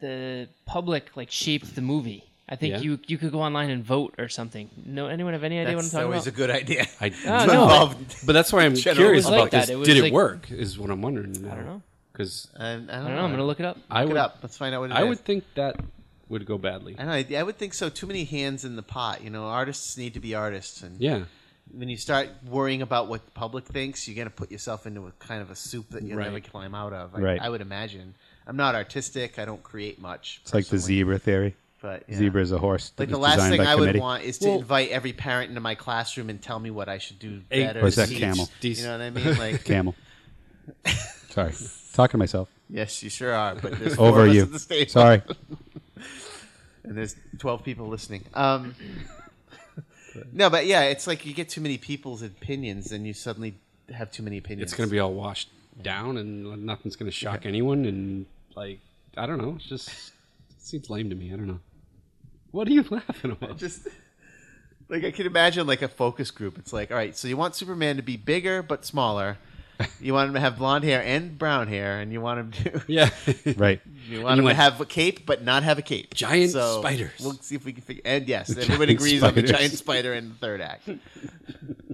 S3: the public like shaped the movie. I think
S4: Yeah.
S3: you you could go online and vote or something. No, anyone have any idea
S1: That's
S3: what I'm talking
S1: always
S3: about?
S1: a good idea.
S4: I,
S3: Ah, no,
S1: Involved-
S4: but that's why I'm
S1: General
S4: curious
S1: was like
S4: about
S3: that.
S4: this.
S3: It was
S4: did
S3: like-
S4: it work? Is what I'm wondering.
S3: I don't know.
S4: because
S1: I, I don't
S3: I don't know. I'm gonna look it up.
S4: I
S1: Look
S4: would.
S1: it up. Let's find out what it
S4: I
S1: is.
S4: would think that would go badly.
S1: I don't know. I- I would think so. Too many hands in the pot. You know, artists need to be artists, and
S4: Yeah.
S1: when you start worrying about what the public thinks, you're going to put yourself into a kind of a soup that you'll
S4: Right.
S1: never climb out of. I,
S2: Right.
S1: I would imagine. I'm not artistic. I don't create much.
S2: It's like the
S1: personally,
S2: zebra theory.
S1: But yeah.
S2: Zebra is a horse. that
S1: Like
S2: was
S1: the last
S2: designed
S1: thing
S2: by
S1: I would
S2: committee.
S1: want is to
S4: Well-
S1: invite every parent into my classroom and tell me what I should do
S4: Hey,
S1: better.
S2: Or is
S1: to
S2: that
S1: teach.
S2: camel?
S1: You know what I mean? Like,
S2: Camel. Sorry, talking to myself.
S1: yes, you sure are. But there's four
S2: Over
S1: of us
S2: you.
S1: at the stage.
S2: Sorry.
S1: and there's 12 people listening. Um, no, but yeah, it's like you get too many people's opinions, and you suddenly have too many opinions.
S4: It's gonna be all washed down, and nothing's gonna shock anyone. And like, I don't know. It's just it seems lame to me. I don't know. What are you laughing about?
S1: just like I can imagine like a focus group. It's like, all right, so you want Superman to be bigger but smaller. You want him to have blonde hair and brown hair, and you want him to
S4: Yeah.
S2: Right.
S1: you want him to have a cape but not have a cape.
S4: Giant
S1: So,
S4: spiders.
S1: We'll see if we can figure. And yes, everyone agrees on the
S2: spiders.
S1: giant spider in the third act.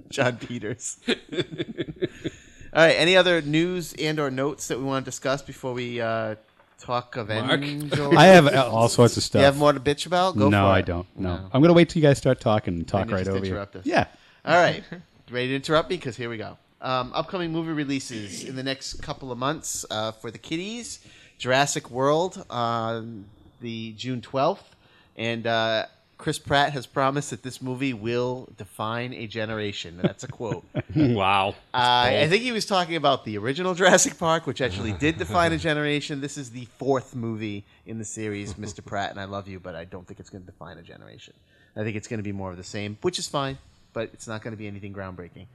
S1: John Peters. all right. Any other news and/or notes that we want to discuss before we uh, talk of
S4: Mark?
S1: Angel?
S2: I have uh, all sorts of stuff.
S1: you have more to bitch about? Go
S2: no,
S1: for
S2: I
S1: it.
S2: don't. No. I'm gonna wait till you guys start talking and talk
S1: Then you
S2: right
S1: just
S2: over
S1: interrupt
S2: you.
S1: us.
S2: Yeah.
S1: All right. Ready to interrupt me? Because here we go. Um, upcoming movie releases in the next couple of months uh, for the kiddies Jurassic World on the June 12th. And uh, Chris Pratt has promised that this movie will define a generation. That's a quote. uh,
S4: wow.
S1: I think he was talking about the original Jurassic Park, which actually did define a generation. This is the fourth movie in the series, Mr. Pratt, and I love you, but I don't think it's going to define a generation. I think it's going to be more of the same, which is fine, but it's not going to be anything groundbreaking.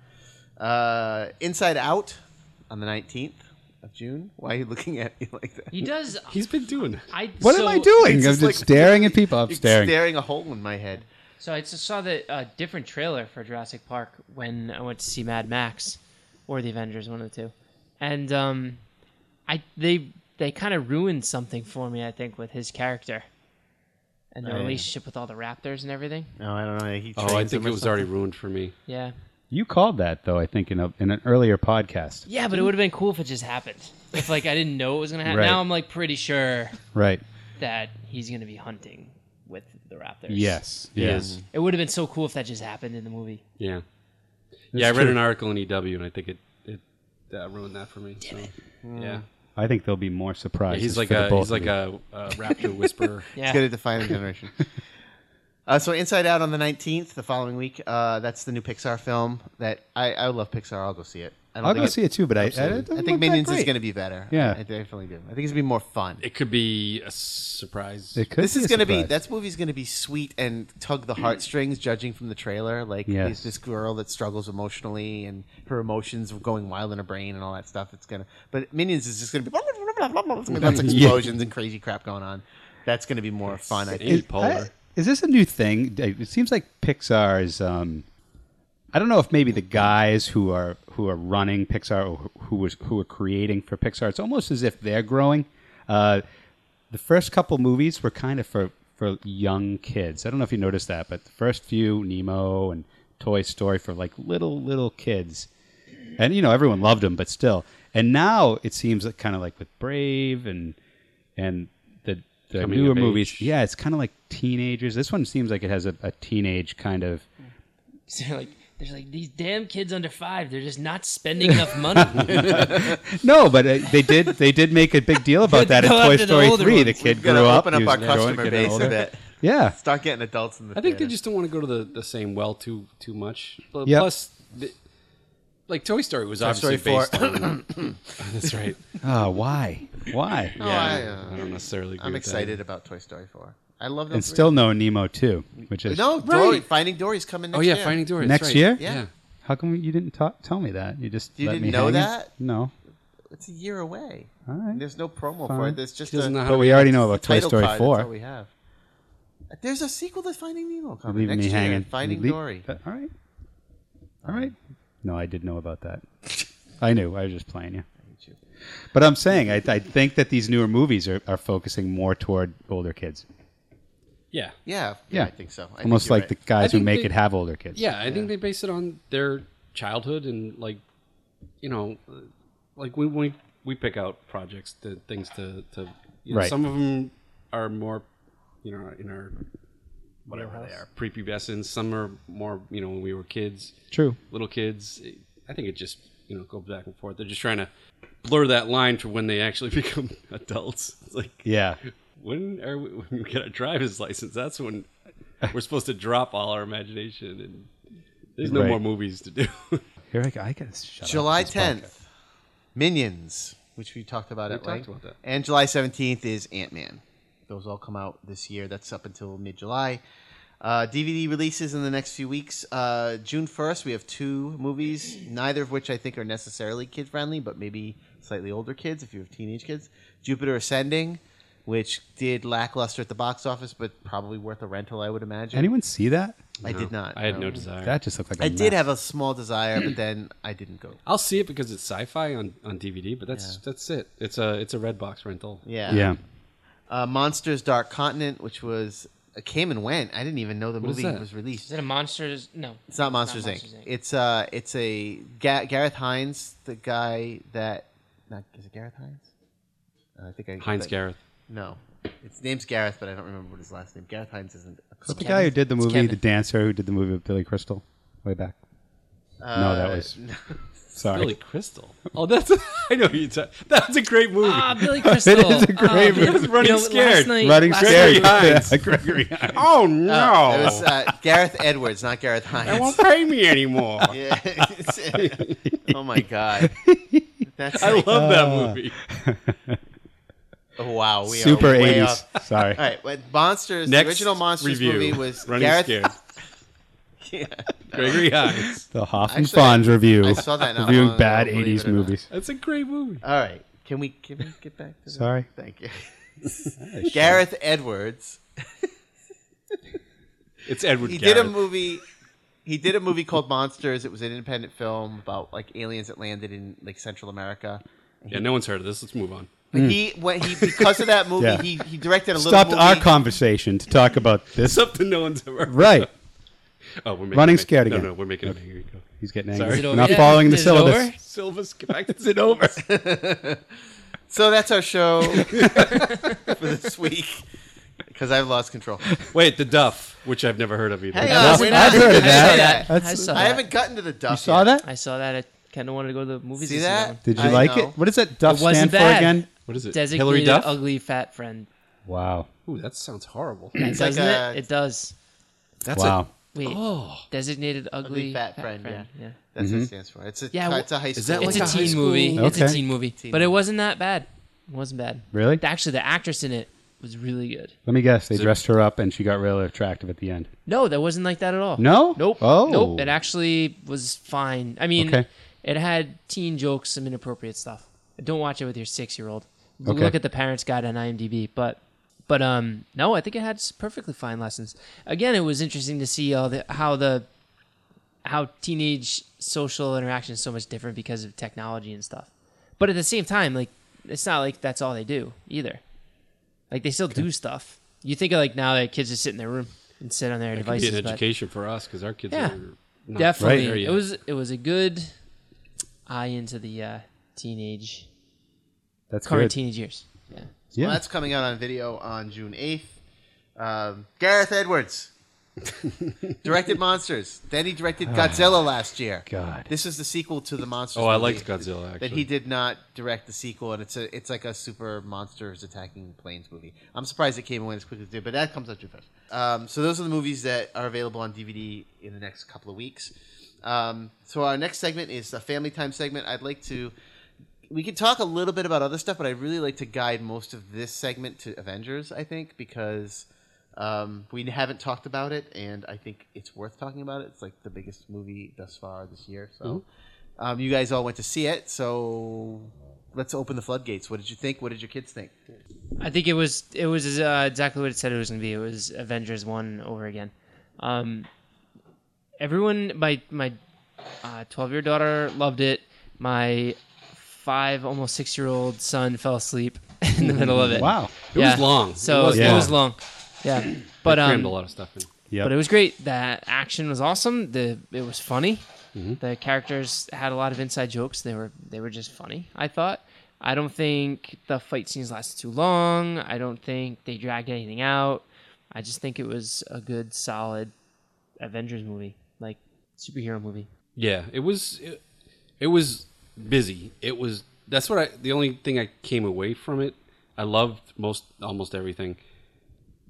S1: Uh, Inside Out on the 19th of June. Why are you looking at me like that?
S3: He does.
S4: He's been doing that.
S3: I
S2: What
S3: so,
S2: am I doing? I'm
S1: It's
S2: just
S1: like-
S2: staring at people. I'm
S1: You're
S2: staring.
S1: staring a hole in my head.
S3: So I just saw the uh, different trailer for Jurassic Park when I went to see Mad Max or the Avengers, one of the two, and um, I they they kind of ruined something for me. I think with his character, and the relationship with all the raptors and everything.
S1: No, I don't know. He
S4: Oh, I
S1: trains
S4: think
S1: him
S4: it
S1: or
S4: was
S1: something.
S4: already ruined for me.
S3: Yeah.
S2: You called that though, I think, in a, in an earlier podcast.
S3: Yeah, but it would have been cool if it just happened. If like I didn't know it was gonna happen.
S2: Right.
S3: Now I'm like pretty sure
S2: Right.
S3: that he's gonna be hunting with the raptors.
S2: Yes. Yes.
S4: Yes.
S3: It would have been so cool if that just happened in the movie.
S4: Yeah. Yeah, I read an article in EW, and I think it it uh, ruined that for me. So. Yeah.
S2: I think there'll be more
S4: Yeah,
S2: surprises.
S4: he's like
S2: for the
S4: a
S2: both of
S4: he's like
S2: you.
S4: a, uh raptor whisperer.
S3: Yeah.
S1: It's good at defining generation. Uh, so Inside Out on the 19th, the following week, uh, that's the new Pixar film that I, I love Pixar. I'll go see it. I don't
S2: I'll
S1: think
S2: go see it too, but I, I,
S1: I think Minions is going to be better.
S2: Yeah.
S1: I definitely do. I think it's going to be more fun.
S4: It could be a surprise.
S1: this is going to be that movie's going to be sweet and tug the heartstrings judging from the trailer like
S2: Yes.
S1: there's this girl that struggles emotionally and her emotions going wild in her brain and all that stuff it's going to but minions is just going to be lots of explosions and crazy crap going on that's going to be more fun i think
S4: Amy Poehler.
S2: is this a new thing? It seems like Pixar is. Um, I don't know if maybe the guys who are who are running Pixar or who was who are creating for Pixar. It's almost as if they're growing. Uh, the first couple movies were kind of for for young kids. I don't know if you noticed that, but the first few Nemo and Toy Story for like little little kids, and you know everyone loved them, but still. And now it seems like kind of like with Brave and and the the
S4: Coming
S2: newer
S4: of
S2: movies.
S4: age.
S2: Yeah, it's kind of like teenagers. This one seems like it has a, a teenage kind of.
S3: So like there's like these damn kids under five, they're just not spending enough money.
S2: No, but uh, they did they did make a big deal about that in
S3: Go
S2: Toy
S3: after the
S2: Story
S3: older
S2: three.
S3: ones.
S2: The kid
S1: We've
S2: grew
S1: gotta
S2: up.
S1: open up
S2: he
S1: our
S2: was growing,
S1: customer
S2: getting
S1: base a
S2: older.
S1: bit
S2: Yeah,
S1: start getting adults in the
S4: I think they
S1: theater.
S4: just don't want to go to the, the same well too too much. Pl-
S2: Yep.
S4: Plus, the, like Toy Story was obviously
S1: Story
S4: based on. that's right.
S2: Ah, why why?
S1: Oh, I, uh,
S4: I don't necessarily. Agree
S1: i'm
S4: with that.
S1: excited about toy story 4 i love them
S2: And still no Nemo two, which is
S1: no
S4: Right.
S1: Dory, finding dory's coming next
S4: Oh yeah,
S1: year.
S4: Finding Dory. that's
S2: Next
S4: right.
S2: year?
S1: Yeah.
S2: How come you didn't ta- tell me that? You just
S1: You
S2: let
S1: didn't
S2: me
S1: know
S2: hang it?
S1: that?
S2: No.
S1: it's a year away
S2: All right.
S1: there's no promo for
S2: Fine.
S1: it there's just
S4: He doesn't
S1: a,
S4: know how
S2: But
S4: to
S2: we
S4: react.
S2: already know about Toy
S1: title
S2: Story
S1: card,
S2: four.
S1: That's all we have. There's a sequel to Finding Nemo coming
S2: Leaving
S1: next
S2: me
S1: year.
S2: hanging.
S1: Finding
S2: Leave-
S1: Dory.
S2: Uh, All right. All right. No, I did know about that. I knew. I was just playing you.
S1: you.
S2: But I'm saying I, I think that these newer movies are, are focusing more toward older kids.
S4: Yeah.
S1: Yeah,
S2: Yeah.
S1: yeah, I think so. I
S2: Almost
S1: think you're
S2: like the
S1: right.
S2: guys
S4: I
S2: who
S4: think
S2: make
S4: they-
S2: it have older kids.
S4: Yeah, I think they base it on their childhood and like, you know, uh, like we we we pick out projects, the things to to. You know,
S2: Right.
S4: Some of them are more, you know, in our whatever they are prepubescent. Some are more, you know, when we were kids,
S2: True.
S4: little kids. I think it just you know goes back and forth. They're just trying to blur that line for when they actually become adults. It's like
S2: Yeah.
S4: when are we, when we get our driver's license? That's when we're supposed to drop all our imagination, and there's no
S2: Right.
S4: more movies to do.
S2: Here I go. I gotta shut up.
S1: July
S2: This
S1: 10th, Minions, which we talked about at
S4: talked
S1: length,
S4: about that.
S1: and July 17th is Ant Man. Those all come out this year. That's up until mid July. Uh, DVD releases in the next few weeks. Uh, June 1st, we have two movies, neither of which I think are necessarily kid friendly, but maybe slightly older kids if you have teenage kids. Jupiter Ascending, which did lackluster at the box office, but probably worth a rental, I would imagine.
S2: Anyone see that?
S1: I did not.
S4: I had no,
S1: no.
S4: desire.
S2: That just looked like I
S1: I did have a small desire, but then I didn't go.
S4: I'll see it because it's sci-fi on, on DVD, but that's that's it. It's a it's a red box rental.
S1: Yeah.
S2: Yeah.
S1: Uh, Monsters Dark Continent, which was it came and went. I didn't even know the
S4: is
S1: movie
S4: that?
S1: was
S3: Is
S1: released.
S3: it a monsters? No.
S1: It's not Monsters, Inc. It's uh, it's a Ga- Gareth Hines, the guy that not is it Gareth Hines? Uh, I think I
S4: Heinz
S1: but-
S4: Gareth.
S1: No, its name's Gareth, but I don't remember what his last name. Gareth Hines isn't. A
S2: What's the
S1: comic.
S2: guy who did the
S3: It's
S2: movie,
S3: Kevin.
S2: the dancer who did the movie with Billy Crystal way back? no, that
S1: Uh,
S2: was sorry.
S4: Billy Crystal. Oh, that's I know who you. Ta- that's a great movie.
S3: Ah, Billy Crystal.
S2: is a great
S3: Billy-
S2: movie.
S4: Running Scared.
S3: Last night,
S2: Running
S3: last
S2: Scared.
S3: night-
S4: Hines.
S2: Yeah, Gregory Hines.
S4: oh no!
S1: Uh, it was uh, Gareth Edwards, not Gareth Hines.
S4: pay me anymore.
S1: Yeah. oh my god. That's
S4: I
S1: like,
S4: love that movie.
S1: oh, wow. We
S2: Super
S1: are way
S2: 80s.
S1: off.
S2: Sorry.
S1: All right, but Monsters.
S4: Next
S1: the original Monsters
S4: review,
S1: movie was
S4: Running
S1: Gareth.
S4: Scared.
S1: Yeah.
S4: Gregory Hines.
S2: The Hoff and
S1: Actually, I-
S2: Fonz review.
S1: I saw that not
S2: Reviewing
S1: long ago,
S2: bad
S1: believe it
S2: 80s
S1: or not.
S2: movies.
S4: That's a great movie.
S1: All right, can we can we get back to that?
S2: Sorry.
S1: Thank you. Gareth Edwards.
S4: It's Edward.
S1: He
S4: Garrett.
S1: did a movie. He did a movie called Monsters. It was an independent film about like aliens that landed in like Central America.
S4: Yeah, no one's heard of this. Let's move on.
S1: But He when he because of that movie
S2: Hmm. Yeah.
S1: he, he directed a little
S2: Stopped
S1: movie.
S2: our conversation to talk about this.
S4: Something no one's ever.
S2: right.
S4: Oh, we're making
S2: Running
S4: a-
S2: scared
S4: no,
S2: again.
S4: No, we're making a banger. Go.
S2: He's getting
S4: Sorry.
S2: angry.
S4: Is it
S3: over
S2: Not
S3: yet?
S2: following the
S3: Is it
S2: syllabus.
S3: over?
S4: Silva's practice it over.
S1: so that's our show for this week because I've lost control.
S4: Wait, the Duff, which I've never heard of either.
S1: Hang
S2: Duff.
S1: on, we're not-
S2: I've heard of
S1: I saw
S2: that.
S3: I
S2: That's-
S3: saw
S1: I
S3: that.
S1: haven't gotten to the duff.
S2: You saw
S1: yet.
S2: that?
S3: I saw that. I kind of wanted to go to the movies.
S1: See
S3: this
S1: that?
S3: evening.
S2: Did you
S1: I
S2: like
S1: know.
S2: it? What does that Duff
S3: It
S2: stand
S3: wasn't
S2: for
S3: bad.
S2: again?
S4: What is it? Hillary
S3: Designated
S4: Duff?
S3: ugly fat friend.
S2: Wow.
S4: Ooh, that sounds horrible.
S1: It's
S3: Doesn't
S1: like a-
S3: it? It does.
S4: That's
S2: Wow.
S3: Wait.
S4: oh,
S3: Designated ugly,
S1: fat friend,
S3: Yeah.
S1: That's
S2: Mm-hmm.
S1: what it stands for. It's a
S3: Yeah,
S1: it's a high school.
S4: is that like
S3: It's a
S4: high
S3: teen
S4: school-
S3: movie. It's a
S2: Okay.
S3: teen movie.
S1: Teen
S3: but it
S1: movie.
S3: wasn't that bad. It wasn't bad.
S2: Really?
S3: Actually, the actress in it was really good.
S2: Let me guess. They
S4: it-
S2: dressed her up and she got really attractive at the end.
S3: No, that wasn't like that at all.
S2: No?
S3: Nope.
S2: Oh.
S3: Nope. It actually was fine. I mean,
S2: Okay.
S3: it had teen jokes, some inappropriate stuff. Don't watch it with your six year old.
S2: Okay.
S3: Look at the parents' guide on IMDb. But, but um, no, I think it had s- perfectly fine lessons. Again, it was interesting to see all the how the how teenage social interaction is so much different because of technology and stuff. But at the same time, like it's not like that's all they do either. Like they still do stuff. You think of like now that kids just sit in their room and sit on their
S4: it could
S3: devices.
S4: be an
S3: but-
S4: education for us because our kids
S3: Yeah.
S4: are not
S3: definitely
S4: there yet.
S3: it was it was a good eye into the uh, teenage
S2: That's
S3: current
S2: good.
S3: teenage years yeah
S2: Yeah.
S1: Well, that's coming out on video on June 8th. Um, Gareth Edwards directed Monsters. Then he directed Godzilla last year.
S2: Oh, God.
S1: This is the sequel to the Monsters.
S4: Oh, I
S1: movie
S4: liked Godzilla,
S1: That he
S4: actually.
S1: did not direct the sequel, and it's a it's like a super monsters attacking planes movie. I'm surprised it came away as quick as it did, but that comes out June 1st. Um, so those are the movies that are available on DVD in the next couple of weeks. Um, so our next segment is a family time segment. I'd like to we can talk a little bit about other stuff, but I'd really like to guide most of this segment to Avengers, I think, because um, we haven't talked about it, and I think it's worth talking about it. It's like the biggest movie thus far this year. So um, you guys all went to see it, so let's open the floodgates. What did you think? What did your kids think?
S3: i think it was it was uh, exactly what it said it was going to be it was avengers 1 over again um, everyone my my uh, 12 year daughter loved it my five almost six year old son fell asleep in the middle of it
S2: Wow.
S4: It was long. It
S3: so it
S4: was
S3: was,
S2: long.
S3: long yeah but
S4: They
S3: um
S4: crammed a lot of stuff in.
S2: Yeah.
S3: But it was great. The action was awesome. The it was funny.
S2: Mm-hmm.
S3: The characters had a lot of inside jokes. They were they were just funny. I thought. I don't think the fight scenes lasted too long. I don't think they dragged anything out. I just think it was a good, solid Avengers movie, like superhero movie.
S4: Yeah, it was it, it was busy. It was that's what I the only thing I came away from it. I loved most almost everything.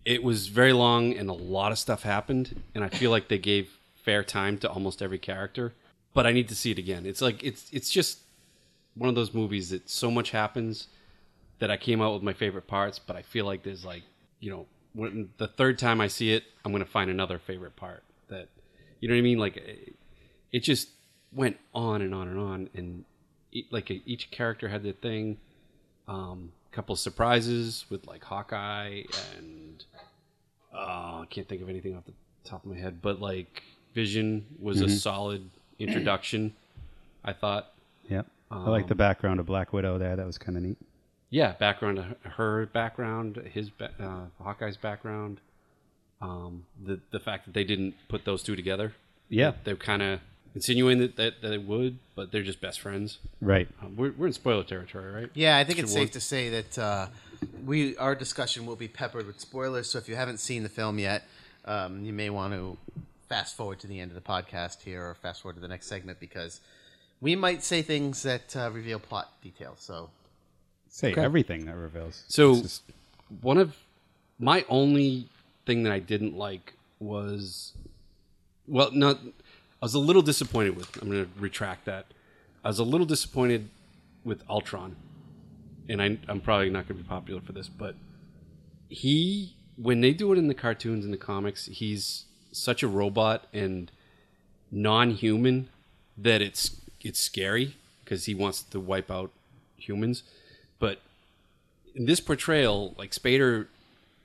S4: It was very long and a lot of stuff happened and I feel like they gave fair time to almost every character, but I need to see it again. It's like it's it's just one of those movies that so much happens that I came out with my favorite parts, but I feel like there's like, you know, when the third time I see it, I'm going to find another favorite part that you know what I mean like it- it just went on and on and on and e- like each character had their thing um a couple surprises with like hawkeye and oh i can't think of anything off the top of my head but like vision was a solid introduction i thought
S2: Yeah. I
S4: Um,
S2: like the background of Black Widow there. That was kind of neat.
S4: yeah background uh, her background his ba- uh, hawkeye's background um the the fact that they didn't put those two together
S2: Yeah.
S4: they're kind of insinuating that, that, that they would, but they're just best friends.
S2: Right.
S4: Um, we're, we're in spoiler territory, right?
S1: Yeah, I think it's safe to say that uh, we our discussion will be peppered with spoilers. So if you haven't seen the film yet, um, you may want to fast forward to the end of the podcast here, or fast forward to the next segment because we might say things that uh, reveal plot details. So
S2: Say everything that reveals.
S4: So-
S2: It's just-
S4: One of my only thing that I didn't like was, well, not. I was a little disappointed with. I'm going to retract that. I was a little disappointed with Ultron, and I, I'm probably not going to be popular for this, but he when they do it in the cartoons and the comics, he's such a robot and non-human that it's it's scary because he wants to wipe out humans. But in this portrayal, like Spader,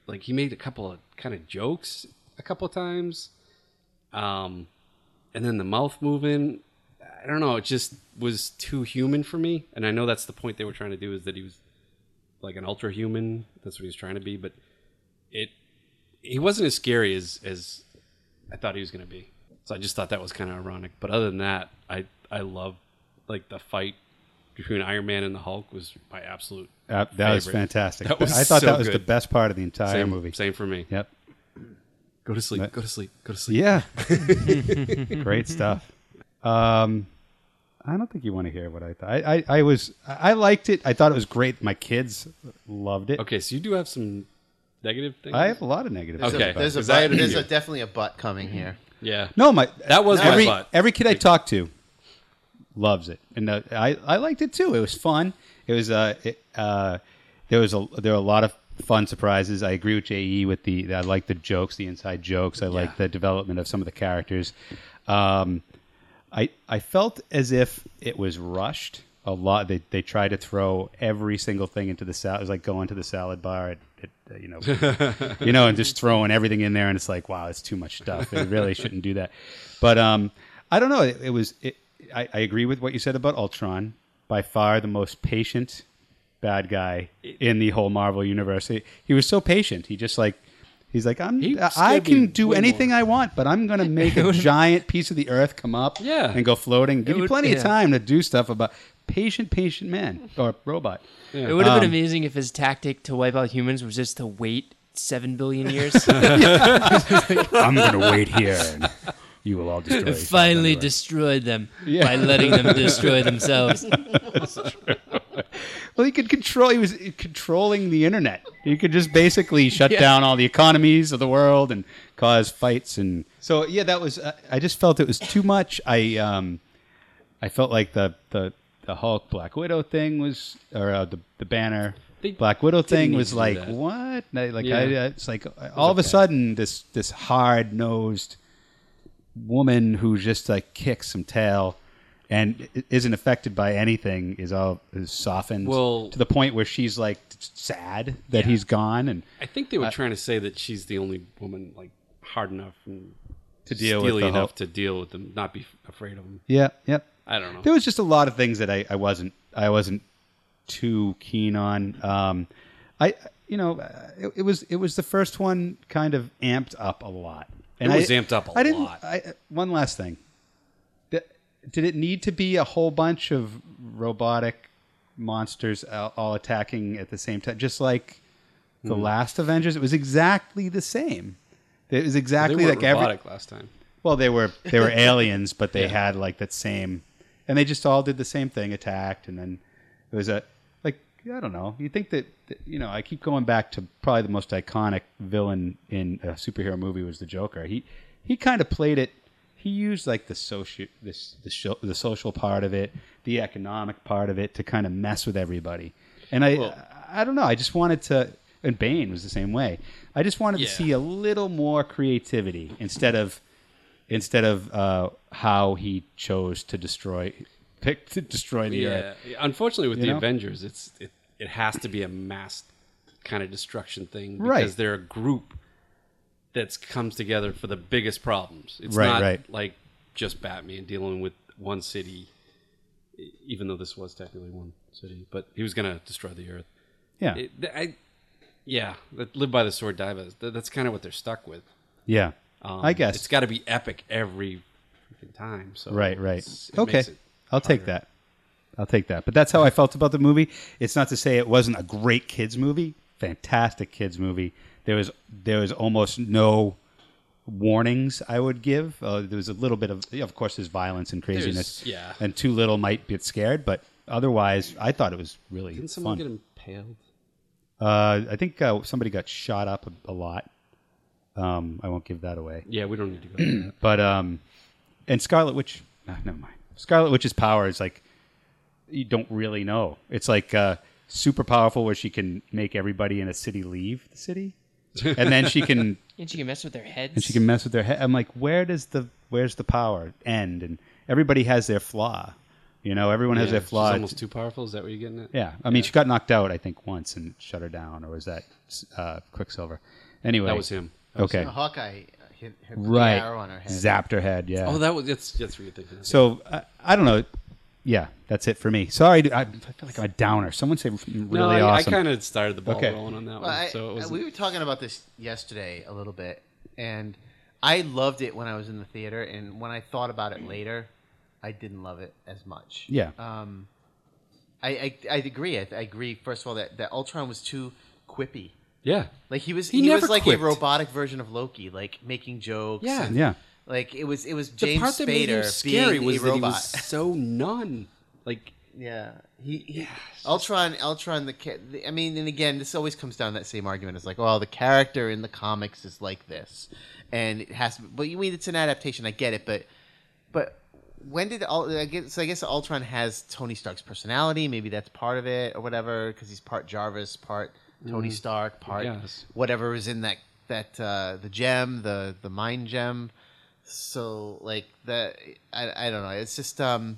S4: like he made a couple of kind of jokes a couple of times, um, and then the mouth moving. I don't know. It just was too human for me, and I know that's the point they were trying to do is that he was like an ultra human. That's what he was trying to be, but it he wasn't as scary as as I thought he was going to be. So I just thought that was kind of ironic. But other than that, I I love like the fight between Iron Man and the Hulk was my absolute
S2: Uh, that was
S4: favorite.
S2: fantastic.
S4: That was
S2: I thought
S4: so
S2: that was the
S4: good.
S2: best part of the entire
S4: same
S2: movie.
S4: Same for me.
S2: Yep.
S4: Go to sleep. Go to sleep. Go to sleep.
S2: Yeah. Great stuff. Um, I don't think you want to hear what I thought. I, I, I was I I liked it. I thought it was great. My kids loved it.
S4: Okay, so you do have some negative things.
S2: I have a lot of negative.
S1: There's a-
S4: Okay.
S1: there's a
S4: Is that-
S1: but- there's a, definitely a butt coming here.
S4: yeah.
S2: No, my
S4: That was my
S2: every
S4: thought.
S2: every kid I talked to loves it, and uh, I I liked it too. It was fun. It was uh, it, uh there was a there were a lot of fun surprises. I agree with JE with the I like the jokes, the inside jokes. I like the development of some of the characters. Um, I I felt as if it was rushed a lot. They they tried to throw every single thing into the salad. It was like going to the salad bar at, at uh, you know you know and just throwing everything in there, and it's like wow, it's too much stuff. They really shouldn't do that. But um, I don't know. It, it was. It, I, I agree with what you said about Ultron. By far the most patient bad guy in the whole Marvel universe. He, he was so patient. He just like. He's like I'm.
S4: He
S2: I
S4: scared me
S2: can do
S4: way
S2: anything
S4: more.
S2: I want, but I'm gonna make a giant piece of the earth come up
S4: Yeah.
S2: and go floating. Give you
S3: would-
S2: plenty of
S3: yeah.
S2: time to do stuff about patient, patient man or robot.
S3: It would
S2: Um,
S3: have been amazing if his tactic to wipe out humans was just to wait seven billion years
S2: I'm gonna wait here, and you will all destroy.
S3: and
S2: yourself
S3: finally
S2: anyway.
S3: destroyed them
S2: Yeah.
S3: by letting them destroy themselves.
S2: Well, he could control. He was controlling the internet. He could just basically shut down all the economies of the world and cause fights. And so, yeah, that was. Uh, I just felt it was too much. I um, I felt like the the the Hulk Black Widow thing was, or uh, the the banner
S4: They
S2: Black Widow thing
S4: need
S2: was
S4: to do
S2: like
S4: that.
S2: what? And I- Like
S4: Yeah.
S2: I, uh, it's like uh, all of a sudden this this hard nosed woman who just like kicks some tail and i- isn't affected by anything is all is softened
S4: Well-
S2: to the point where she's like sad that he's gone and
S4: I think they were trying to say that she's the only woman like hard enough and
S2: To deal with
S4: steely
S2: the
S4: enough
S2: Hulk.
S4: to deal with them, not be f- afraid of them.
S2: yeah yep
S4: I don't know.
S2: there was just a lot of things that I, I wasn't I wasn't too keen on. Um, I you know uh, it, it was it was the first one kind of amped up a lot. And
S4: It was
S2: I-
S4: amped up a
S2: I didn't,
S4: lot.
S2: I, one last thing. Th- Did it need to be a whole bunch of robotic monsters all, all attacking at the same time? Just like the
S4: Hmm.
S2: last Avengers, it was exactly the same. It was
S4: they
S2: exactly
S4: were
S2: like every
S4: robotic last time.
S2: well, they were they were aliens, but they had like that same, and they just all did the same thing, attacked, and then it was a like I don't know. You think that that, you know? I keep going back to probably the most iconic villain in a superhero movie was the Joker. He he kind of played it. He used like the social this the sho- the social part of it, the economic part of it to kind of mess with everybody. And I I don't know. I just wanted to. And Bane was the same way. I just wanted
S4: Yeah.
S2: to see a little more creativity instead of instead of uh, how he chose to destroy pick to destroy the
S4: Yeah.
S2: earth.
S4: Unfortunately, with
S2: You
S4: the
S2: know?
S4: Avengers, it's it, it has to be a mass kind of destruction thing because
S2: Right.
S4: they're a group that comes together for the biggest problems. It's
S2: Right,
S4: not
S2: right.
S4: like just Batman dealing with one city, e- even though this was technically one city, but he was going to destroy the earth.
S2: Yeah.
S4: It, th- I, yeah, that- live by the sword, die by the, th- that's kind of what they're stuck with.
S2: yeah. I guess.
S4: um, it's got to be epic every freaking time. So
S2: right, right.
S4: it's- it
S2: Okay.
S4: makes it
S2: I'll take that. I'll take that. But that's how I felt about the movie. It's not to say it wasn't a great kids movie. Fantastic kids movie. There was there was almost no warnings I would give. Uh, there was a little bit of of course there's violence and craziness.
S4: There's- yeah.
S2: And too little might get scared, but otherwise I thought it was really fun.
S4: Didn't someone get impaled?
S2: Uh, I think uh, somebody got shot up a, a lot. Um, I won't give that away.
S4: Yeah, we don't need to go. Into that.
S2: But um, and Scarlet Witch. No, never mind. Scarlet Witch's power is like you don't really know. It's like uh, super powerful, where she can make everybody in a city leave the city, and then she can
S3: And she can mess with their heads.
S2: and she can mess with their head. I'm like, where does the where's the power end? And everybody has their flaw. You know, everyone has
S4: Yeah,
S2: their
S4: she's
S2: flaw.
S4: almost too powerful. Is that what you're getting at?
S2: Yeah, I mean, she got knocked out, I think, once and shut her down, or was that uh, Quicksilver? Anyway,
S4: That was him.
S2: Okay,
S1: The Hawkeye hit, hit the
S2: right,
S1: arrow on her head.
S2: zapped her head. Yeah.
S4: Oh, that was that's that's what you're thinking. of.
S2: so I, I don't know. yeah, that's it for me. Sorry, dude, I, I feel like I'm a downer. Someone say really
S4: no, I,
S2: awesome.
S4: I kind of started the ball
S2: Okay.
S4: rolling on that
S1: Well,
S4: one.
S1: I,
S4: so it was
S1: we were talking about this yesterday a little bit, and I loved it when I was in the theater, and when I thought about it later, I didn't love it as much.
S2: yeah,
S4: Uh,
S1: Um, I, I I agree. I, I agree. First of all, that that Ultron was too quippy.
S4: yeah.
S1: Like he was
S4: He
S1: he,
S4: never
S1: was like
S4: quipped.
S1: a robotic version of Loki, like making jokes.
S4: Yeah.
S1: and-
S2: yeah.
S1: Like it was it was
S4: The
S1: James
S4: part that made him
S1: Spader
S4: scary
S1: being
S4: was
S1: a
S4: that he
S1: robot.
S4: was so non like
S1: Yeah, he, he Ultron, Ultron. The, ca- the I mean, and again, this always comes down to that same argument. It's like, well, the character in the comics is like this, and it has. to But you mean it's an adaptation? I get it, but but when did all? I guess so I guess Ultron has Tony Stark's personality. Maybe that's part of it, or whatever, because he's part Jarvis, part Tony Stark, part
S4: guess.
S1: whatever is in that that uh, the gem, the the mind gem. So like that, I I don't know. It's just um.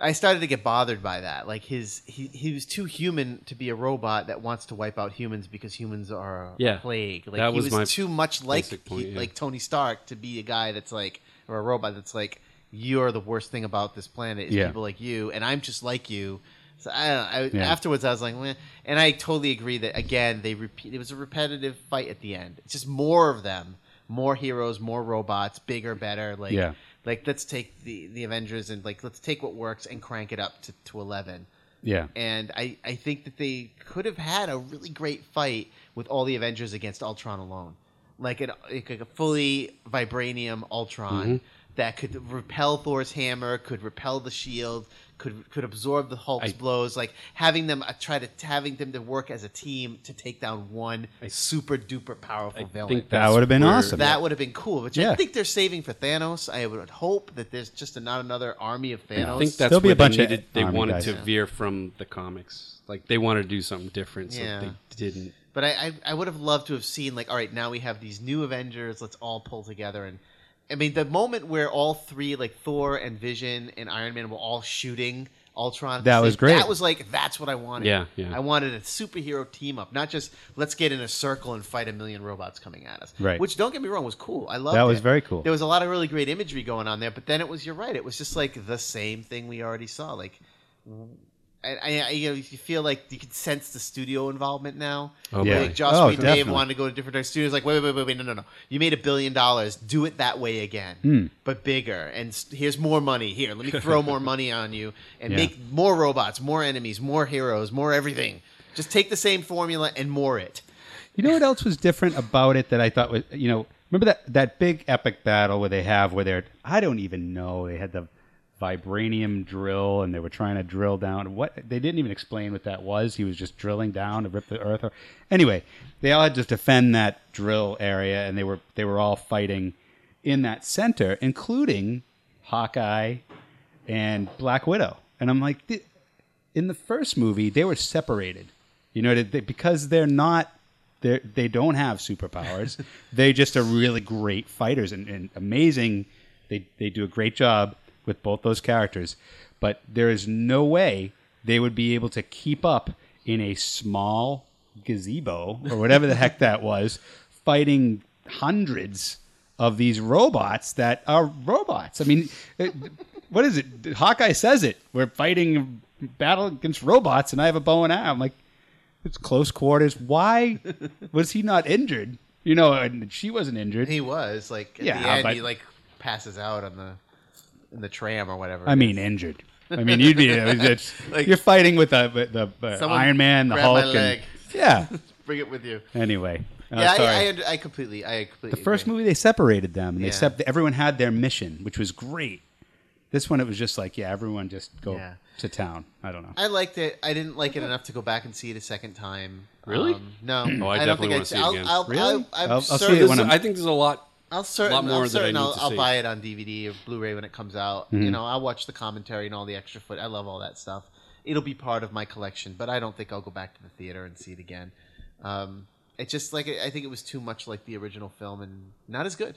S1: I started to get bothered by that. Like his, he, he was too human to be a robot that wants to wipe out humans because humans are a
S4: Yeah.
S1: plague. Like
S4: That
S1: he
S4: was
S1: was,
S4: my
S1: too much like
S4: basic point,
S1: he-
S4: yeah.
S1: like Tony Stark to be a guy that's like or a robot that's like you're the worst thing about this planet is
S2: Yeah.
S1: people like you and I'm just like you. So I don't know. I,
S2: Yeah.
S1: Afterwards, I was like, Meh. and I totally agree that again they repeat. It was a repetitive fight at the end. It's just more of them, more heroes, more robots, bigger, better. Like
S2: Yeah.
S1: like let's take the the Avengers and like let's take what works and crank it up to, to eleven.
S2: Yeah.
S1: And I I think that they could have had a really great fight with all the Avengers against Ultron alone, like an like a fully vibranium Ultron
S4: Mm-hmm.
S1: that could repel Thor's hammer, could repel the shield, could could absorb the Hulk's
S4: I-
S1: blows. Like having them uh, try to having them to work as a team to take down one super duper powerful villain
S4: think
S2: That
S4: that's
S2: would have been
S4: where-
S2: awesome.
S1: that would have been cool. But
S2: Yeah.
S1: I think they're saving for Thanos. I would hope that there's just not another army of Thanos.
S4: I think that's
S2: There'll be
S4: where
S2: a bunch
S4: they
S2: of
S4: needed. they
S2: army
S4: wanted
S2: guys.
S4: to
S2: Yeah.
S4: veer from the comics. Like they wanted to do something different, so
S1: Yeah.
S4: they didn't.
S1: but I, I, I would have loved to have seen like, all right, now we have these new Avengers. Let's all pull together and. I mean, the moment where all three, like Thor and Vision and Iron Man, were all shooting Ultron. at the
S2: That
S1: same-
S2: was great.
S1: That was like, that's what I wanted.
S4: Yeah, yeah.
S1: I wanted a superhero team up, not just let's get in a circle and fight a million robots coming at us.
S2: Right.
S1: Which, don't get me wrong, was cool. I loved
S2: That was
S1: it.
S2: very cool.
S1: There was a lot of really great imagery going on there, but then it was, you're right, it was just like the same thing we already saw. Like, I, I, I you know, you feel like you can sense the studio involvement now.
S4: Oh,
S2: Yeah.
S1: Like Joss
S2: Oh,
S1: Whedon may have
S2: definitely.
S1: wanted to go to different studios. Like, wait, wait, wait, wait, no, no, no. You made a billion dollars. Do it that way again,
S2: Hmm.
S1: but bigger. And s- here's more money. Here, let me throw more money on you and
S2: Yeah.
S1: make more robots, more enemies, more heroes, more everything. Just take the same formula and more it.
S2: You know what else was different about it that I thought was you know remember that that big epic battle where they have where they're I don't even know they had the vibranium drill and they were trying to drill down what they didn't even explain what that was he was just drilling down to rip the earth or, anyway they all had to defend that drill area and they were they were all fighting in that center including Hawkeye and Black Widow and I'm like "Th- in the first movie they were separated you know they, they, because they're not they they don't have superpowers they just are really great fighters and, and amazing they they do a great job with both those characters but there is no way they would be able to keep up in a small gazebo or whatever the heck that was fighting hundreds of these robots that are robots. I mean, uh, it- what is it? Hawkeye says it. We're fighting a battle against robots, and I have a bow and arrow. I'm like, it's close quarters. Why was he not injured? You know, and she wasn't injured.
S1: He was like at
S2: Yeah,
S1: the end,
S2: but-
S1: he like passes out on the in the tram or whatever.
S2: I mean, injured. I mean, you'd be it's,
S1: Like-
S2: you're fighting with the with the uh,
S1: Someone
S2: Iron Man, the
S1: grab my
S2: Hulk, and-
S1: leg.
S2: yeah.
S1: bring it with you.
S2: Anyway, uh,
S1: yeah,
S2: sorry.
S1: I, I, under- I completely, I completely.
S2: The first
S1: agree.
S2: movie they separated them. They
S1: Yeah.
S2: sep- everyone had their mission, which was great. This one it was just like, yeah, everyone just go
S1: Yeah.
S2: to town. I don't know.
S1: I liked it. I didn't like
S2: Mm-hmm.
S1: it enough to go back and see it a second time. Um,
S4: Really?
S1: no,
S4: Oh, I
S1: I, don't
S4: definitely
S1: think
S4: wanna
S1: I'd
S4: see
S1: see
S4: it
S1: I'll,
S4: again.
S1: I'll,
S2: Really?
S1: I'll,
S2: I'll- I'll
S1: I'll,
S2: see it
S1: certain,
S2: when
S4: There's-
S2: I'm-
S4: I think there's a lot.
S1: I'll certain,
S4: lot more that I
S1: I'm certain
S4: need
S1: I'll,
S4: to
S1: I'll
S4: see. Mm-hmm.
S1: buy it on DVD or Blu-ray when it comes out. You know, I'll watch the commentary and all the extra foot. I love all that stuff. It'll be part of my collection, but I don't think I'll go back to the theater and see it again. Um, it just like I think it was too much like the original film and not as good.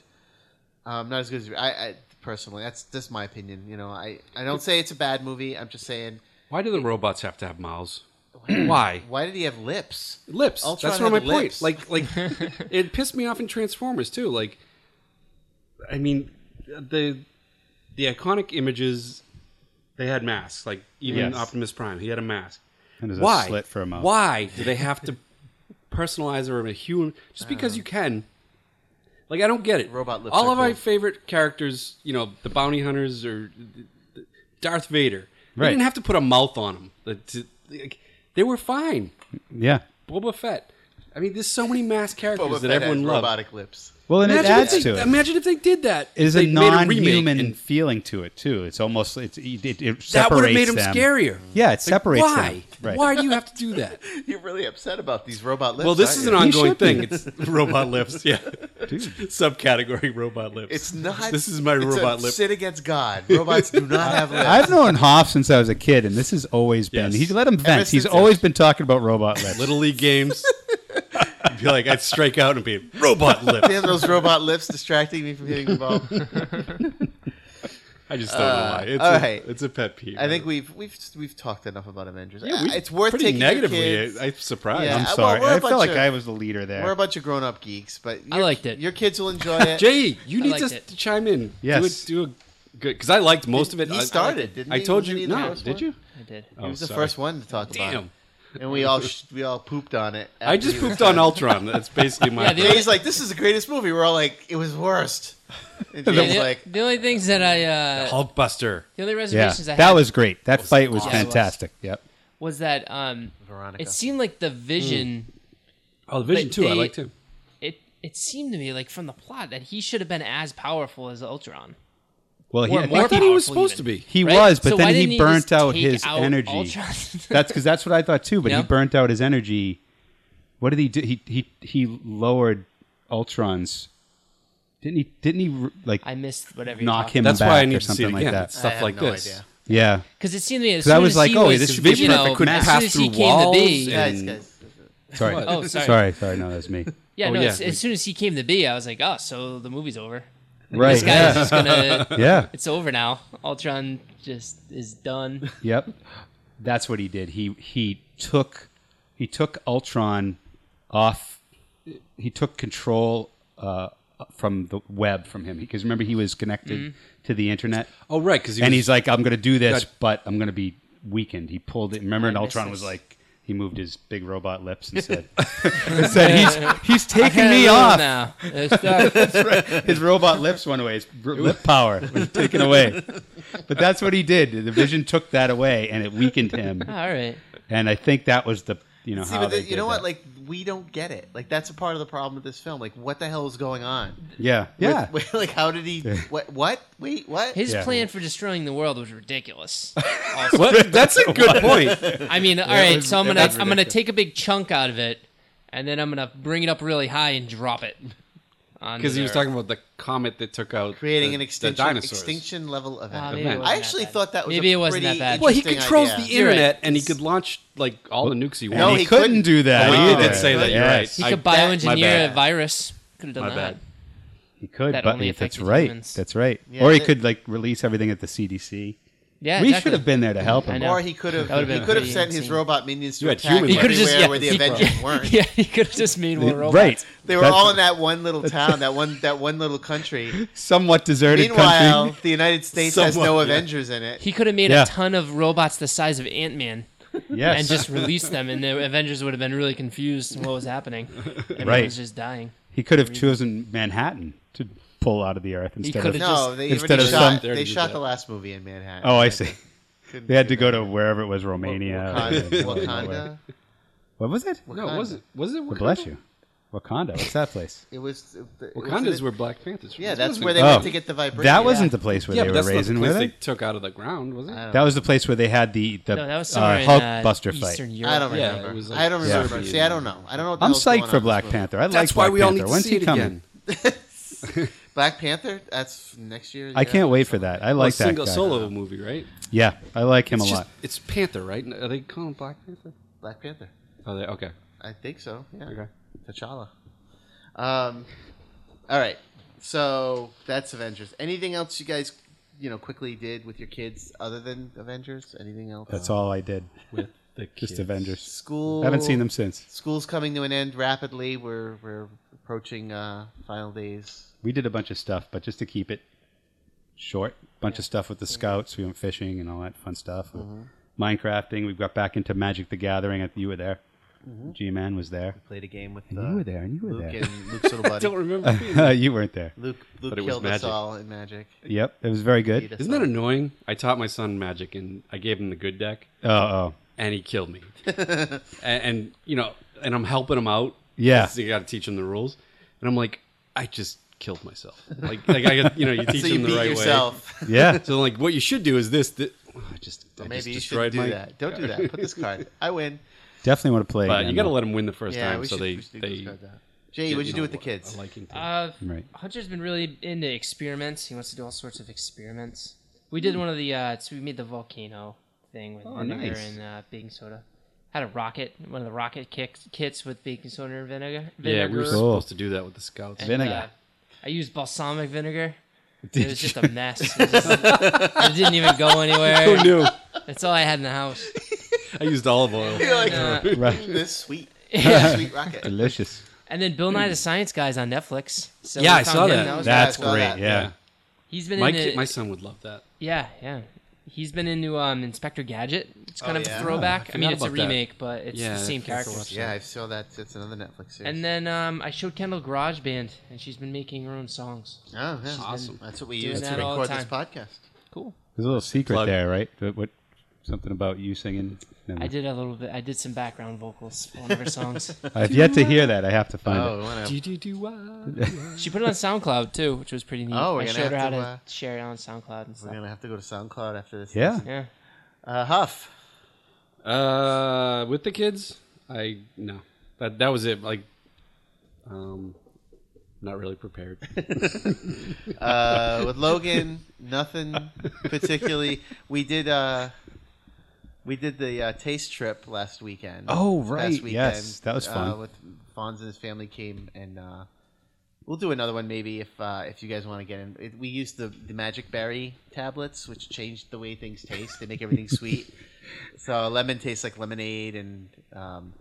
S1: Um, not as good as I, I personally. That's just my opinion. You know, I I don't say it's a bad movie. I'm just saying.
S4: Why do the robots have to have mouths? Why?
S1: Why did he have lips?
S4: Lips.
S1: Ultron
S4: That's not my
S1: had lips.
S4: point. Like, like it pissed me off in Transformers too. Like, I mean, the the iconic images They had masks, like even
S2: Yes.
S4: Optimus Prime, he had a mask.
S2: And there's
S4: Why?
S2: a slit for a mouth.
S4: Why do they have to personalize or a human? Just because
S2: Uh.
S4: you can. Like I don't get it.
S1: Robot lips
S4: All
S1: are
S4: of my
S1: cool.
S4: favorite characters, you know, the bounty hunters or th- th- Darth Vader. They
S2: Right.
S4: didn't have to put a mouth on them. Like, to- like, They were fine.
S2: Yeah.
S4: Boba Fett. I mean, there's so many mass characters
S1: Boba
S4: that
S1: Fett
S4: everyone
S1: has
S4: loves.
S1: robotic lips.
S2: Well, and
S4: Imagine
S2: it
S4: if
S2: adds
S4: they-
S2: to it.
S4: Imagine if they did that.
S2: It is
S4: They
S2: a
S4: made remake
S2: non-human
S4: and
S2: feeling to it too. It's almost it's it, it, it
S4: that would have
S2: separates
S4: made them
S2: them.
S4: scarier.
S2: Yeah, it separates them.
S4: Why?
S2: Right.
S4: Why do you have to do that?
S1: You're really upset about these robot lips.
S4: Well, this
S1: aren't
S4: is
S1: you?
S4: an ongoing
S2: should be.
S4: thing. It's robot lips. Yeah.
S2: Dude.
S4: Subcategory robot lips.
S1: It's not.
S4: This is my
S1: it's a
S4: robot lip.
S1: Sin against God. Robots do not have lips.
S2: I've known Hoff since I was a kid, and this has always been.
S4: Yes.
S2: He let him vent.
S1: since
S2: He's
S1: I-
S2: always been talking about robot lips.
S4: Little League games. I'd be like, I'd strike out and be robot lips.
S1: Damn those robot lips distracting me from hitting the ball.
S4: I just don't know why. It's,
S1: Uh, all
S4: a,
S1: right.
S4: it's a pet peeve.
S1: I think we've we've we've talked enough about Avengers.
S4: Yeah, we-
S1: it's worth
S4: pretty
S1: taking your
S4: negatively.
S1: kids.
S4: I- I'm surprised.
S1: Yeah.
S2: I'm
S1: well,
S2: sorry.
S1: we're a
S2: I
S1: bunch
S2: felt like
S1: of-
S2: I was the leader
S1: We're a
S2: there.
S1: bunch of grown-up geeks, but
S3: I
S1: your-
S3: liked it.
S1: Your kids will enjoy it.
S4: Jay, you
S3: I
S4: need
S3: liked
S4: to,
S3: it.
S4: to chime in.
S2: Yes.
S4: Do a, do a good because I liked most of it.
S1: He
S4: I- I liked
S1: started,
S4: it.
S1: didn't
S4: I
S1: he?
S4: told
S1: Wasn't he
S4: you.
S1: the
S4: No,
S1: first
S4: did
S1: one?
S4: you?
S3: I did.
S1: He
S4: Oh,
S1: was the
S4: sorry.
S1: first one to talk about
S4: Damn.
S1: it, and we all sh- we all pooped on it.
S4: I just pooped on Ultron. That's basically my.
S3: Yeah, the-
S1: Jay's like, "This is the greatest movie." We're all like, "It was worst." And
S3: Yeah,
S1: Jay's
S3: the,
S1: like,
S3: the only things that I uh,
S4: Hulkbuster.
S3: the only
S2: Yeah,
S3: reservations I had
S2: that was great. That fight was
S3: awesome.
S2: fantastic. Yep.
S3: was that um,
S1: "Veronica."
S3: it seemed like
S2: Hmm.
S3: the Vision.
S4: Oh, the Vision
S3: But
S4: too. I
S3: they-
S4: liked him.
S3: It it seemed to me like from the plot that he should have been as powerful as Ultron.
S2: Well, he,
S3: Or
S2: I
S3: more
S2: think
S4: I thought he was
S3: powerful
S4: supposed
S3: even.
S4: to be.
S2: he
S3: right?
S2: was, but
S3: So why
S2: then
S3: didn't
S2: he
S3: he
S2: burnt
S3: just
S2: out
S3: take
S2: his
S3: out
S2: energy.
S3: Ultron?
S2: that's because that's what I thought too. But
S3: No?
S2: he burnt out his energy. What did he do? He he he lowered Ultron's. Didn't he? Didn't he r- like
S3: I missed whatever.
S2: knock him
S4: That's
S2: back
S4: why I
S2: or
S4: need to see
S2: something
S4: it
S2: like
S4: again.
S2: that?
S1: I
S4: Stuff
S1: have
S4: like
S1: no
S4: this.
S1: idea.
S2: Yeah.
S3: because it seemed to me as
S2: 'Cause I
S3: soon
S2: was
S3: as
S2: like,
S3: he
S2: oh,
S3: was,
S2: this should be
S3: you know,
S2: perfect
S3: as
S2: match.
S3: soon as he came to be,
S4: and-
S1: Guys, guys,
S2: Sorry.
S3: Oh, sorry.
S2: sorry. Sorry. No, that's me.
S3: yeah,
S4: Oh,
S3: no,
S4: yeah,
S3: as,
S4: we-
S3: as soon as he came to be, I was like, oh, so the movie's over.
S2: Right.
S3: This guy
S2: yeah.
S3: is just gonna,
S2: yeah.
S3: it's over now. Ultron just is done.
S2: Yep. That's what he did. He he took he took Ultron off. He took control uh, from the web from him because remember he was connected
S3: Mm-hmm.
S2: to the internet,
S4: Oh right, because
S2: and he's like, "I'm going to do this,
S4: Gotcha.
S2: but I'm going to be weakened." He pulled it. Remember, and
S3: I miss
S2: Ultron was
S3: this.
S2: like, he moved his big robot lips and said, and said "He's he's taking me
S3: Hello
S2: off."
S3: now. It's dark.
S2: His robot lips went away. His r- lip power was taken away. But that's what he did. The Vision took that away, and it weakened him.
S3: All right.
S2: And I think that was the you know
S1: See,
S2: how
S1: but
S2: they
S1: the- you
S2: did
S1: know what?
S2: that.
S1: Like, we don't get it. Like, that's a part of the problem with this film. Like, what the hell is going on?
S2: yeah yeah
S1: With- like, how did he? What? What? Wait, what?
S3: His
S2: Yeah.
S3: plan for destroying the world was ridiculous.
S4: what? That's a good point.
S3: I mean, all right,
S2: was-
S3: so I'm
S2: that
S3: gonna
S2: was
S3: I'm gonna
S2: ridiculous.
S3: take a big chunk out of it, and then I'm gonna bring it up really high and drop it.
S4: Because he was talking about the comet that took out
S1: creating
S4: the-
S1: an
S4: the
S1: extinction
S4: dinosaurs.
S1: extinction level event.
S3: Ah, maybe
S4: it
S1: I
S3: wasn't
S1: actually
S3: that bad.
S1: thought that was
S3: Maybe
S1: a
S3: it wasn't that
S1: pretty
S3: bad.
S4: Well, he
S1: interesting
S4: controls
S1: idea.
S4: the internet,
S3: right.
S4: and he could launch like all the nukes he wanted.
S2: and
S1: No,
S2: he,
S1: he
S2: couldn't,
S1: couldn't.
S2: do that
S4: Oh, we
S2: either.
S4: did say that, you're
S2: Yes.
S3: he
S4: right.
S3: could
S4: I- that- my
S3: bioengineer
S4: bad.
S3: a virus. Could have done
S4: My
S3: that.
S4: bad.
S2: he could
S3: That
S2: but
S3: only
S2: if that's
S3: affected
S2: right
S3: humans.
S2: that's right
S1: Yeah,
S2: or he
S1: that-
S2: could like release everything at the cdc
S3: Yeah,
S2: we
S3: exactly.
S2: should have been there to help
S3: I
S2: him
S3: know.
S1: Or he could have
S3: That would've
S1: he
S3: been
S1: could have
S3: pretty
S1: sent his
S3: insane.
S1: robot minions to
S4: You had
S1: attack
S4: humans. He
S1: everywhere
S3: could've just- yeah,
S1: where the
S3: he-
S1: Avengers weren't.
S3: Yeah, he could have just made more robots.
S2: right
S1: They were
S2: That's
S1: all in that one little town, that one that one little country.
S2: somewhat deserted
S1: Meanwhile,
S2: country
S1: the United States has
S4: Somewhat,
S1: no
S4: yeah.
S1: Avengers in it.
S3: He could have made
S2: Yeah.
S3: a ton of robots the size of Ant Man
S2: yes
S3: and just released them, and the Avengers would have been really confused what was happening. Everyone
S2: Right.
S3: was just dying.
S2: he could have chosen manhattan to pull out of the earth instead
S3: could
S2: of
S3: have
S1: No,
S3: just-
S1: they
S2: Instead
S1: already
S2: of
S1: shot.
S4: some-
S1: they
S4: Yeah.
S1: shot the last movie in Manhattan.
S2: oh i see
S1: Couldn't
S2: they had
S1: do
S2: to go
S1: that.
S2: to wherever it was romania
S1: Wakanda.
S2: or-
S1: Wakanda?
S2: what was it
S4: No, it wasn't. Was it? Wakanda?
S2: bless you wakanda what's that place
S1: It was. it was
S4: Wakanda's
S1: in-
S4: were Black Panthers.
S1: Yeah,
S4: This
S1: that's
S4: wasn't-
S1: where they
S2: Oh.
S1: went to get the vibration.
S2: that wasn't the place where
S4: Yeah,
S2: they
S4: but
S2: were
S4: that's not the
S2: raising
S4: place
S2: with
S4: they
S2: it
S4: took out of the ground, was it?
S2: that was the place where they had the the
S3: No, that was somewhere
S2: uh,
S3: in uh,
S2: Hulkbuster fight.
S3: Eastern Europe.
S1: I don't
S4: Yeah,
S1: remember.
S4: it was like-
S1: I don't
S4: Yeah.
S1: remember. See, I don't know. I don't know. What the
S2: I'm
S1: hell's going
S2: psyched
S1: on
S2: for
S1: in this
S2: Black
S1: movie.
S2: Panther. I
S4: That's
S2: like
S4: why
S2: Black
S4: we all
S2: Panther.
S4: need to
S2: When's
S4: see
S2: he
S4: it
S2: coming?
S4: again.
S1: Black Panther. That's next year.
S2: I
S1: yeah.
S2: can't wait for that. I
S4: Well,
S2: like that
S4: single
S2: guy.
S4: solo movie, right?
S2: Yeah, I like him
S4: It's
S2: a
S4: just
S2: lot.
S4: it's Panther, right? Are they calling him Black Panther?
S1: Black Panther.
S4: Oh, they okay.
S1: I think so. Yeah.
S4: Okay.
S1: T'Challa. Um. All right. So that's Avengers. Anything else you guys, you know, quickly did with your kids other than Avengers? Anything else?
S2: That's all I did.
S4: With the
S2: Just
S4: kids.
S2: Avengers.
S1: School.
S2: I haven't seen them since.
S1: School's coming to an end rapidly. We're we're approaching uh, final days.
S2: We did a bunch of stuff, but just to keep it short. Bunch of stuff with the scouts. We went fishing and all that fun stuff.
S1: Mm-hmm.
S2: Minecrafting. We got back into Magic the Gathering. I- You were there. G-Man was there.
S1: Played a game Mm-hmm. with
S2: And
S1: uh,
S2: you were there. And you were
S1: Luke
S2: there.
S1: and Luke's little buddy.
S4: I don't remember. being-
S2: you weren't there.
S1: Luke Luke
S4: But it was
S1: killed us
S4: magic.
S1: all in magic.
S2: Yep, it was very good.
S1: Beat us
S4: Isn't that
S1: all.
S4: annoying? I taught my son magic, and I gave him the good deck,
S2: Oh, oh,
S4: and he killed me. and, and you know, and I'm helping him out.
S2: Yeah.
S4: So you got to teach him the rules, and I'm like, I just killed myself. Like, like I, got- you know, you teach
S1: so
S4: him
S1: you
S4: the
S1: beat
S4: right way.
S1: yourself.
S2: yeah.
S4: So like, what you should do is this. thi- I just, I just
S1: Maybe you should
S4: destroyed
S1: do
S4: my-
S1: that. Don't do that. Put this card. I win.
S2: Definitely want to play.
S4: But
S2: again,
S4: you got to
S2: though.
S4: let them win the first
S1: Yeah,
S4: time,
S1: we
S4: so
S1: should,
S4: they
S1: we should do
S4: they.
S1: this card now. Jay, what'd you do with the kids?
S4: I liking to-
S3: Uh,
S2: Right.
S3: Hunter's been really into experiments. He wants to do all sorts of experiments. We
S4: Hmm.
S3: did one of the uh, so we made the volcano thing with
S4: Oh,
S3: vinegar
S2: nice.
S3: and uh, baking soda. Had a rocket, one of the rocket kicks, kits with baking soda and vinegar.
S4: yeah, we
S3: vinegar.
S4: were
S2: Cool.
S4: supposed to do that with the scouts.
S3: And,
S2: vinegar.
S3: uh, I used balsamic vinegar.
S2: Did
S3: it was
S2: you-
S3: just a mess. It, was just- it didn't even go anywhere.
S4: Who knew?
S3: That's all I had in the house.
S4: I used olive oil.
S1: You're like,
S3: Uh,
S2: right.
S1: "Mm, this sweet, sweet rocket.
S2: Delicious.
S3: and then Bill Nye the Science Guy's on Netflix. So
S4: Yeah,
S3: we
S4: I
S3: found
S4: saw
S3: him.
S4: that.
S3: was
S1: That-
S2: That's
S1: I saw
S2: great.
S1: that,
S2: Yeah.
S3: He's been
S4: My
S3: into
S4: kid, my son would love that.
S3: Yeah, yeah. He's been into um, Inspector Gadget. It's kind
S1: Oh,
S3: of
S1: yeah.
S3: a
S4: Oh,
S3: throwback.
S4: I
S3: I mean,
S4: forgot
S3: it's a
S4: about that.
S3: remake, but it's
S4: Yeah,
S3: the same
S4: that's- that's the
S3: characters.
S1: Yeah, I saw that. That's another Netflix series.
S3: And then um, I showed Kendall Garage Band, and she's been making her own songs.
S1: oh, yeah.
S4: Awesome.
S1: That's what we
S3: Doing
S1: use to
S3: that all
S1: record
S3: the
S1: this podcast.
S3: Cool.
S2: There's a little secret
S4: Plug.
S2: there, right? What, what? Something about you singing. Never
S3: I
S2: mind.
S3: did a little bit. I did some background vocals for one of her songs.
S2: I've yet to hear that. I have to find
S1: Oh,
S2: it.
S1: we wanna-
S3: She put it on SoundCloud too, which was pretty neat.
S1: Oh, we're
S3: I
S1: gonna
S3: showed her
S1: have
S3: how
S1: to,
S3: to
S1: uh,
S3: share it on SoundCloud and
S1: we're
S3: stuff.
S1: gonna have to go to SoundCloud after this.
S2: Yeah.
S3: Yeah.
S1: Uh, Huff.
S4: Uh, with the kids, I no. That that was it. Like, um, not really prepared.
S1: Uh, with Logan, nothing particularly. We did. Uh, we did the uh, taste trip last weekend.
S2: Oh,
S1: Last
S2: right, yes, that was
S1: Uh,
S2: fun.
S1: with Fonz and his family came, and uh, we'll do another one maybe if uh, if you guys want to get in. It, we used the the magic berry tablets, which changed the way things taste. They make everything sweet. So lemon tastes like lemonade, and um,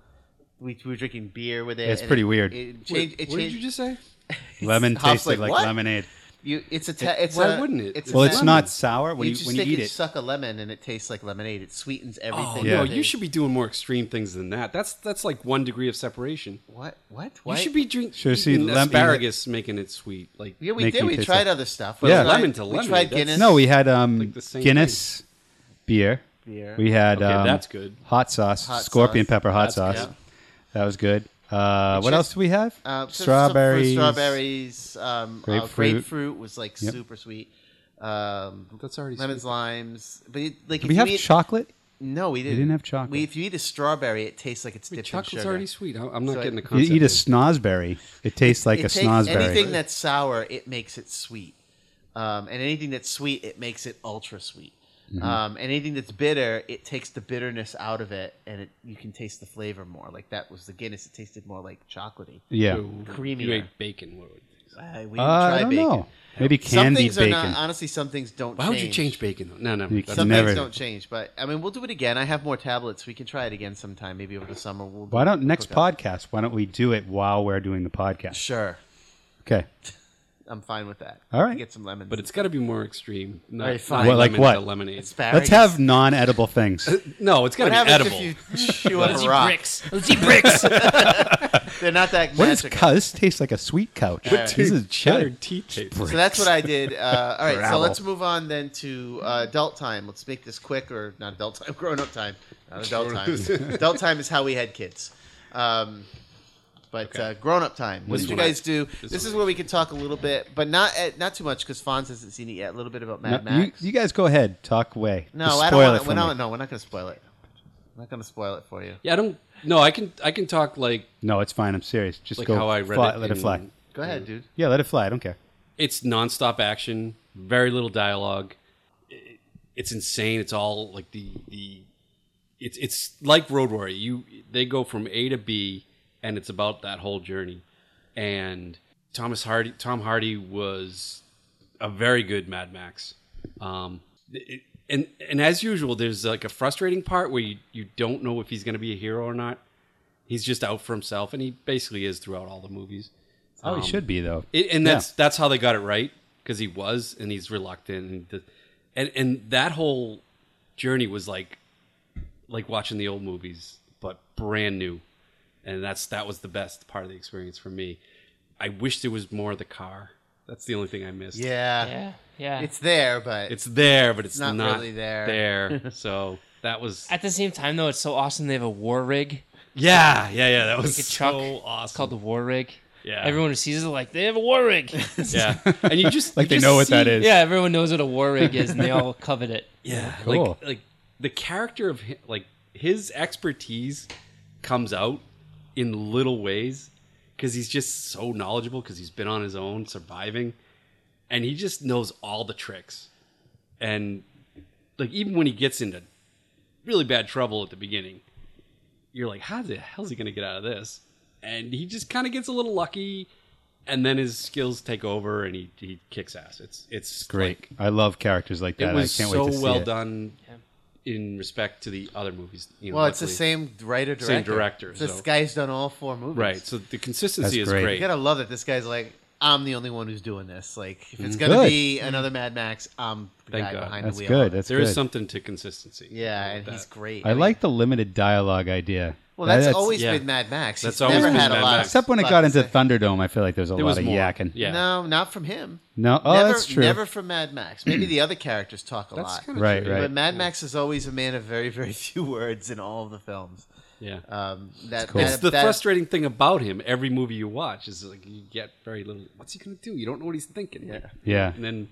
S1: we, we were drinking beer with it.
S2: It's
S1: and
S2: pretty
S1: it-
S2: weird.
S1: It changed,
S4: Wait,
S1: it
S4: what did
S1: changed-
S4: you just say?
S2: Lemon
S1: Hoff's
S2: tasted
S1: like,
S2: like,
S1: "What?"
S2: lemonade.
S1: You, it's a. ta- it's
S4: why
S1: a-
S4: wouldn't it?
S1: a
S2: Well, it's
S1: lemon.
S2: not sour when you,
S1: just
S2: when you
S1: take
S2: eat
S1: and
S2: it.
S1: suck a lemon and it tastes like lemonade. It sweetens everything.
S4: Oh
S2: Yeah.
S4: no, you should be doing more extreme things than that. That's that's like one degree of separation.
S1: What? What? Why?
S4: You should be drinking
S2: Should've seen lem-
S4: asparagus, making it sweet. Like,
S1: Yeah, we
S2: Make
S1: did.
S2: you
S1: We
S2: taste
S1: tried
S2: like-
S1: other stuff.
S2: Yeah.
S1: We tried-
S4: Lemon to lemon,
S1: We tried
S4: that's-
S1: Guinness. Uh,
S2: no, we had um,
S4: like the same
S2: Guinness beer.
S1: Beer.
S2: We had
S4: Okay,
S2: um,
S4: that's good.
S2: Hot sauce,
S1: Hot
S2: scorpion
S1: sauce.
S2: pepper hot
S4: That's
S2: sauce.
S1: good.
S2: That was good. Uh, what
S1: just-
S2: else do we have?
S1: Uh, so- so-
S2: strawberries.
S1: Strawberries. Um, grapefruit.
S2: Grapefruit.
S1: grapefruit was like
S2: Yep.
S1: super sweet. Um,
S4: That's already
S1: lemons, limes. But it, like,
S2: Did
S1: if
S2: we
S1: you
S2: have
S1: eat,
S2: chocolate?
S1: No, we didn't.
S2: didn't have chocolate.
S1: We, if you eat a strawberry, it tastes like it's
S4: Wait,
S1: dipped in
S4: chocolate's
S1: sugar.
S4: already sweet. I- I'm not
S1: So
S4: getting
S1: I-
S4: the
S2: You
S4: concept.
S2: eat a
S4: of-
S2: snozzberry. It tastes like
S1: it
S2: a
S1: takes- Anything
S2: snozzberry.
S1: that's sour, it makes it sweet. Um, and anything that's sweet, it makes it ultra sweet.
S2: Mm-hmm.
S1: Um, and anything that's bitter, it takes the bitterness out of it, and it, you can taste the flavor more. Like that was the Guinness; it tasted more like chocolatey.
S2: Yeah.
S4: Ooh, You
S1: creamier.
S4: ate bacon. What would-
S1: Uh, we didn't
S2: Uh, I
S1: try
S2: don't
S1: bacon.
S2: know. Maybe
S1: Some
S2: candied
S1: things
S2: bacon.
S1: are not. uh, Honestly, some things don't.
S4: Why would you change bacon though? No, no.
S2: You
S4: that's-
S1: Some
S2: Never.
S1: things don't change, but I mean, we'll do it again. I have more tablets. We can try it again sometime, maybe over the summer. We'll
S2: Why don't
S1: we'll
S2: next
S1: cook up.
S2: podcast? Why don't we do it while we're doing the podcast?
S1: Sure,
S2: Okay.
S1: I'm fine with that.
S2: All right.
S1: get some lemons.
S4: But it's got to be more extreme. Not,
S1: All right, fine.
S4: not
S2: Well, like
S4: lemon
S2: what?
S4: to Lemonade.
S2: Let's
S1: Asparagus.
S2: have non-edible things.
S4: No, it's got
S1: What
S4: to be
S1: happens
S4: edible.
S1: if you chew up
S3: Let's
S1: a
S3: eat
S1: rock?
S3: bricks. Let's eat bricks.
S1: They're not that
S2: What is
S1: magical.
S2: cou- this tastes like a sweet couch. This is
S4: cheddar
S2: cheddar.
S4: tea taste.
S1: So that's what I did. Uh, all right, so
S2: Gravel.
S1: let's move on then to uh, adult time. Let's make this quick, or not adult time, grown up time. Not adult time. adult time is how we had kids. Um, but uh, grown up time. What
S4: This
S1: did you
S4: one I-
S1: guys do? This,
S4: this
S1: is
S4: one I-
S1: where we can talk a little bit, but not at, not too much because Fonz hasn't seen it yet. A little bit about Mad
S2: No, Uh, you,
S1: Max.
S2: you guys go ahead. Talk away.
S1: no,
S2: Just
S1: I
S2: spoil
S1: don't
S2: it
S1: want.
S2: for
S1: We're
S2: me.
S1: not, no, we're not going to spoil it. I'm not going to spoil it for you.
S4: Yeah, I don't. No, I can. I can talk like
S2: No, it's fine. I'm serious. Just
S4: like
S2: go.
S4: how I read
S2: fly-
S4: it.
S2: Let it
S4: in-
S2: fly.
S1: Go ahead, dude.
S2: Yeah, let it fly. I don't care.
S4: It's nonstop action, very little dialogue. It- It's insane. It's all like the the. It's it's like Road Warrior. You they go from A to B, and it's about that whole journey. And Thomas Hardy, Tom Hardy was a very good Mad Max. Um, it- and and as usual, there's like a frustrating part where you, you don't know if he's going to be a hero or not. He's just out for himself, and he basically is throughout all the movies.
S2: Oh, it should be though.
S4: Um, It, and
S2: Yeah.
S4: that's that's how they got it right. because he was and he's reluctant and the, and and that whole journey was like like watching the old movies but brand new and that's that was the best part of the experience for me i wish there was more of the car that's the only thing i missed
S1: Yeah.
S3: Yeah, yeah.
S1: It's there, but
S4: it's there but it's
S1: Not
S4: not,
S1: really there.
S4: there so that was
S3: At the same time, though, it's so awesome they have a war rig.
S4: yeah yeah yeah that was
S3: Like a truck.
S4: so awesome
S3: It's called the war rig.
S4: yeah
S3: Everyone who sees it, like they have a war rig.
S4: yeah and you just
S2: Like
S4: you
S2: they
S4: just
S2: know what that
S4: see-
S2: is.
S3: yeah, everyone knows what a war rig is, and they all covet it.
S4: Yeah,
S2: Cool.
S4: like like the character of hi like his expertise comes out in little ways because he's just so knowledgeable because he's been on his own surviving, and he just knows all the tricks, and like even when he gets into really bad trouble at the beginning, you're like, how the hell's he gonna get out of this? And he just kind of gets a little lucky. And then his skills take over, and he, he kicks ass. It's it's
S2: Great.
S4: like,
S2: I love characters like that.
S4: it was
S2: I can't
S4: so
S2: wait to see
S4: well
S2: it.
S4: done in respect to the other movies. You know,
S1: well, it's the
S4: luckily.
S1: same writer director.
S4: Same director,
S1: This
S4: so-
S1: guy's done all four movies.
S4: right? So the consistency
S2: That's
S4: is
S2: great.
S4: great.
S1: You gotta love that this guy's like, I'm the only one who's doing this. Like, if it's gonna
S2: Good.
S1: be another Mad Max, I'm the
S4: Mm, Thank
S1: guy
S4: God.
S1: behind
S2: That's
S1: the wheel.
S2: good. That's
S4: There
S2: good.
S4: is something to consistency.
S1: yeah,
S4: with
S1: and
S4: that.
S1: he's great.
S2: I like the limited dialogue idea.
S1: Well, that's, always
S4: yeah.
S1: been Mad Max.
S4: That's
S1: He's
S4: always
S1: never
S4: been
S1: had a
S4: Mad
S1: lot.
S4: Max.
S1: Of
S2: Except when it
S1: lot
S2: got
S1: to
S2: into
S1: say.
S2: Thunderdome, I feel like there was a
S4: There
S2: lot
S4: was
S2: of
S4: more.
S2: yakking.
S4: Yeah,
S1: No, not from him.
S2: No, oh,
S1: never,
S2: that's true.
S1: Never from Mad Max. Maybe the other characters talk a
S4: that's
S1: lot.
S4: kind of
S2: Right,
S4: true.
S2: right.
S1: But Mad Max is always a man of very, very few words in all of the films.
S4: Yeah,
S1: Um, that,
S2: cool.
S1: that-
S4: it's the
S1: that-
S4: frustrating thing about him. Every movie you watch is like you get very little. What's he gonna do? You don't know what he's thinking. Yeah,
S2: Yeah.
S4: And then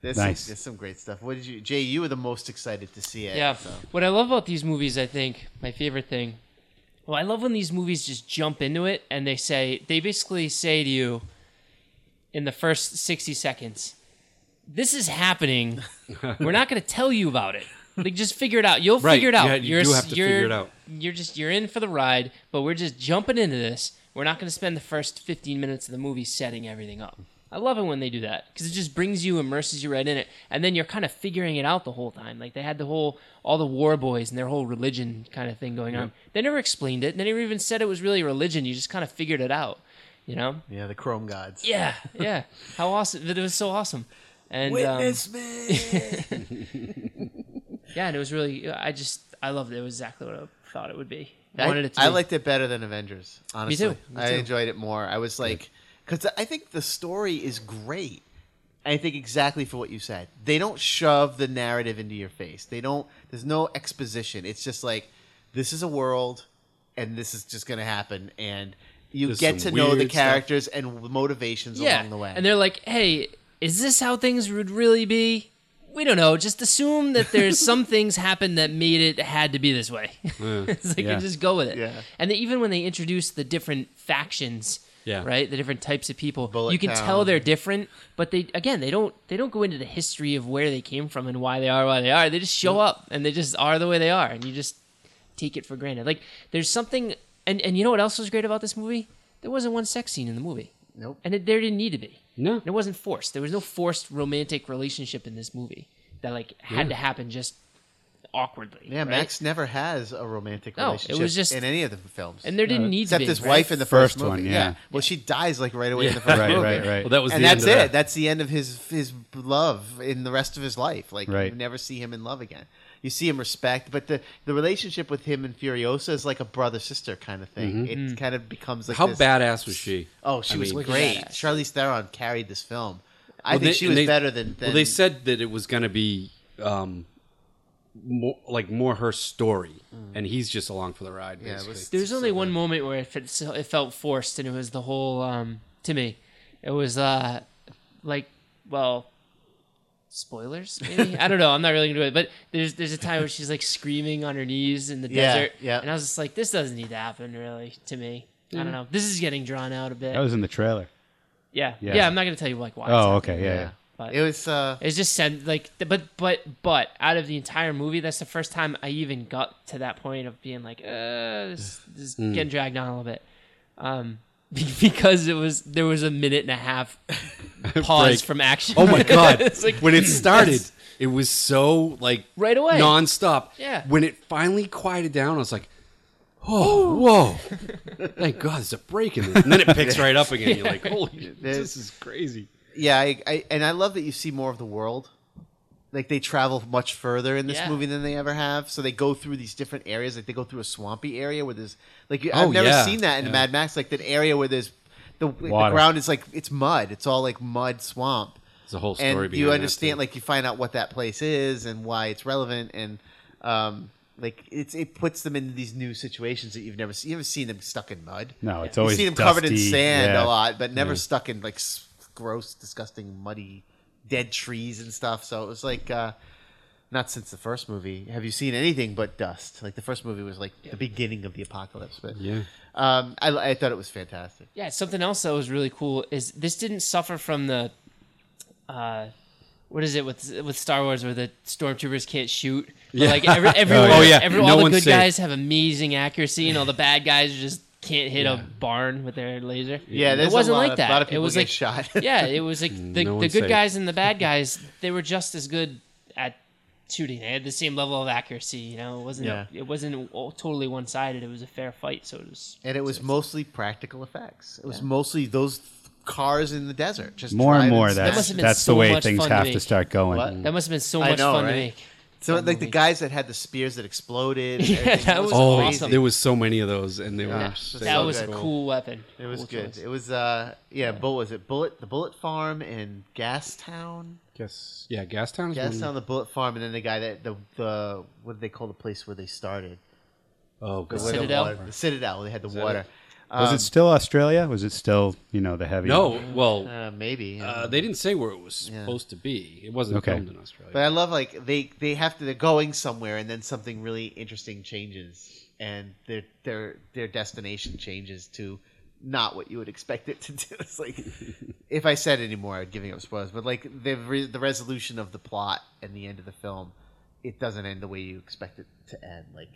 S1: There's,
S2: Nice.
S1: some, there's some great stuff. What did you, Jay? You were the most excited to see it.
S3: Yeah.
S1: so.
S3: What I love about these movies, I think, my favorite thing. Well, I love when these movies just jump into it and they say they basically say to you in the first 60 seconds, this is happening. We're not going to tell you about it. Like just figure it out. You'll
S4: Right.
S3: figure it out.
S4: Yeah, you
S3: are
S4: do have to figure it out.
S3: You're just you're in for the ride, but we're just jumping into this. We're not going to spend the first 15 minutes of the movie setting everything up. I love it when they do that because it just brings you, immerses you right in it, and then you're kind of figuring it out the whole time. Like they had the whole all the war boys and their whole religion kind of thing going on. They never explained it. They never even said it was really religion. You just kind of figured it out. You know?
S1: Yeah, the Chrome Gods.
S3: Yeah, yeah. How awesome! It was so awesome. And um, yeah, and it was really. I just I loved it. It was exactly what I thought it would be. I, wanted it to
S1: I
S3: be.
S1: liked it better than Avengers. Honestly,
S3: too, me
S1: I
S3: too.
S1: enjoyed it more. I was like, because I think the story is great. I think exactly for what you said. They don't shove the narrative into your face. They don't. There's no exposition. It's just like, this is a world, and this is just going to happen, and you
S4: There's
S1: get to
S4: some
S1: know the
S4: weird stuff.
S1: characters and motivations
S3: yeah.
S1: along the way.
S3: And they're like, hey, is this how things would really be? We don't know. Just assume that there's some things happened that made it had to be this way. it's like
S2: Yeah.
S3: you just go with it.
S1: Yeah.
S3: And they, even when they introduce the different factions,
S4: Yeah.
S3: right, the different types of people,
S1: Bullet
S3: you can
S1: Town.
S3: tell they're different. But they again, they don't they don't go into the history of where they came from and why they are why they are. They just show
S1: Mm.
S3: up and they just are the way they are, and you just take it for granted. Like there's something, and and you know what else was great about this movie? There wasn't one sex scene in the movie.
S1: Nope.
S3: And it, there didn't need to be.
S4: No.
S3: And it wasn't forced. There was no forced romantic relationship in this movie that like had to happen just awkwardly.
S1: yeah,
S3: right?
S1: Max never has a romantic
S3: No, it was
S1: relationship
S3: just-
S1: in any of the films.
S3: And there didn't need
S1: uh, Except
S3: to be.
S1: his
S3: right?
S1: wife in the first,
S2: First one,
S1: movie.
S2: yeah.
S1: Well, she dies like right away in the
S4: Yeah.
S1: first
S2: Right,
S1: movie.
S2: right, right.
S4: well, that was
S1: and
S4: the
S1: that's
S4: end of
S1: it.
S4: that.
S1: That's the end of his his love in the rest of his life. Like
S2: Right.
S1: you never see him in love again. You see him respect, but the the relationship with him and Furiosa is like a brother sister kind of thing.
S3: Mm.
S1: It kind of becomes like
S4: how
S1: this-
S4: badass was she?
S1: Oh, she
S4: Mm-hmm. I
S1: was
S4: mean-
S1: great.
S3: Wicked badass.
S1: Charlize Theron carried this film. I
S4: Well,
S1: think
S4: they-
S1: she
S4: and
S1: was
S4: they-
S1: better than, than
S4: Well, they said that it was going to be um, more, like more her story, and he's just along for the ride.
S1: Yeah, it
S4: Basically.
S1: was-
S3: There's only one moment where it, felt- it felt forced, and it was the whole um, to me. It was uh, like well, spoilers. Maybe I don't know. I'm not really gonna do it. But there's there's a time where she's like screaming on her knees in the
S1: Yeah,
S3: desert.
S1: yeah.
S3: And I was just like, this doesn't need to happen, really, to me. I don't know. This is getting drawn out a bit.
S2: Mm. That was in the trailer.
S3: yeah. yeah,
S2: yeah.
S3: I'm not gonna tell you like why.
S2: Oh,
S3: it's
S2: okay,
S3: happening,
S2: yeah, yeah.
S3: But
S1: it was uh,
S3: it's just sent like, th- but but but out of the entire movie, that's the first time I even got to that point of being like, uh, this, this is
S4: Mm.
S3: getting dragged on a little bit, um, be- because it was there was a minute and a half pause
S4: Break.
S3: from action.
S4: Oh my god!
S3: It's like-
S4: when it started, it was so like
S3: Right away.
S4: nonstop.
S3: Yeah.
S4: When it finally quieted down, I was like, "Oh, whoa! Thank God, there's a break in this." And then it picks right up again. You're like, "Holy,
S1: There's-
S4: this is crazy!"
S1: Yeah, I, I, and I love that you see more of the world. Like they travel much further in this
S3: Yeah.
S1: movie than they ever have. So they go through these different areas. Like they go through a swampy area where there's like you- I've
S4: Oh,
S1: never
S4: yeah.
S1: seen that in
S4: Yeah.
S1: Mad Max. Like that area where there's the, like, the
S2: Water.
S1: ground is like it's mud. It's all like mud swamp.
S4: There's a whole story
S1: And
S4: behind
S1: you
S4: that,
S1: understand,
S4: too.
S1: like you find out what that place is and why it's relevant, and um, like it's it puts them into these new situations that you've never seen. You've never seen them stuck in mud.
S2: No, it's always
S1: you see them
S2: dusty.
S1: covered in sand a
S2: yeah.
S1: lot, but never stuck in like s- gross, disgusting, muddy, dead trees and stuff. So it was like uh, not since the first movie have you seen anything but dust. Like the first movie was like the beginning of the apocalypse, but
S4: Yeah.
S1: um, I, I thought it was fantastic.
S3: Yeah, something else that was really cool is this didn't suffer from the, uh, what is it with with Star Wars where the stormtroopers can't shoot? But, Like every, everyone,
S4: Oh, yeah.
S3: every,
S4: No
S3: all the
S4: one's
S3: good
S4: safe.
S3: guys have amazing accuracy, and all the bad guys just can't hit
S4: Yeah.
S3: a barn with their laser.
S1: Yeah, there's
S3: it wasn't
S1: a lot
S3: like
S1: of,
S3: that.
S1: A lot of people
S3: it was
S1: get
S3: like
S1: shot. Mm,
S3: yeah, it was like the,
S4: No
S3: the
S4: one's
S3: good
S4: safe.
S3: guys and the bad guys. They were just as good at shooting. They had the same level of accuracy. You know, it wasn't
S1: Yeah.
S3: it wasn't all, totally one sided. It was a fair fight. So it was
S1: and it was mostly practical effects. It was mostly those th- cars in the desert. Just
S2: More and
S1: driving
S2: more
S1: smack.
S3: That
S2: that's
S3: must have been
S2: that's
S3: so
S2: the way
S3: much
S2: things
S3: fun to
S2: have
S3: make.
S2: to start going.
S1: What?
S3: that must have been so
S1: Mm. I
S3: much
S1: know,
S3: fun
S1: right?
S3: to make.
S1: So like the
S3: movie.
S1: guys that had the spears that exploded.
S3: Yeah,
S1: everything,
S3: that
S1: it
S3: was
S4: Oh,
S1: crazy.
S3: awesome.
S4: there was so many of those, and they
S1: Yeah.
S4: were
S1: That
S4: so
S3: That
S1: so
S3: was
S1: good.
S3: a cool weapon.
S1: It was
S3: Cool
S1: good.
S3: choice.
S1: It was uh yeah, Bull was it Bullet the Bullet Farm and Gas Town?
S4: Hmm. Yes, yeah, Gastown. Is
S1: Gas
S4: one-
S1: Town the Bullet Farm and then the guy that the the what did they call the place where they started?
S4: Oh,
S1: The
S4: God.
S1: where the
S3: Citadel?
S1: water- the Citadel, they had the
S4: that
S1: water. Um,
S2: Was it still Australia? Was it still you know the heavy?
S4: No, well,
S1: Uh, maybe.
S4: uh, they didn't say where it was supposed to be. It wasn't
S2: Okay.
S4: filmed in Australia. Uh,
S1: But I love like they they have to they're going somewhere and then something really interesting changes and their their their destination changes to not what you would expect it to do. It's like if I said any more, I'd giving up spoilers. But like the re- the resolution of the plot and the end of the film, it doesn't end the way you expect it to end. Like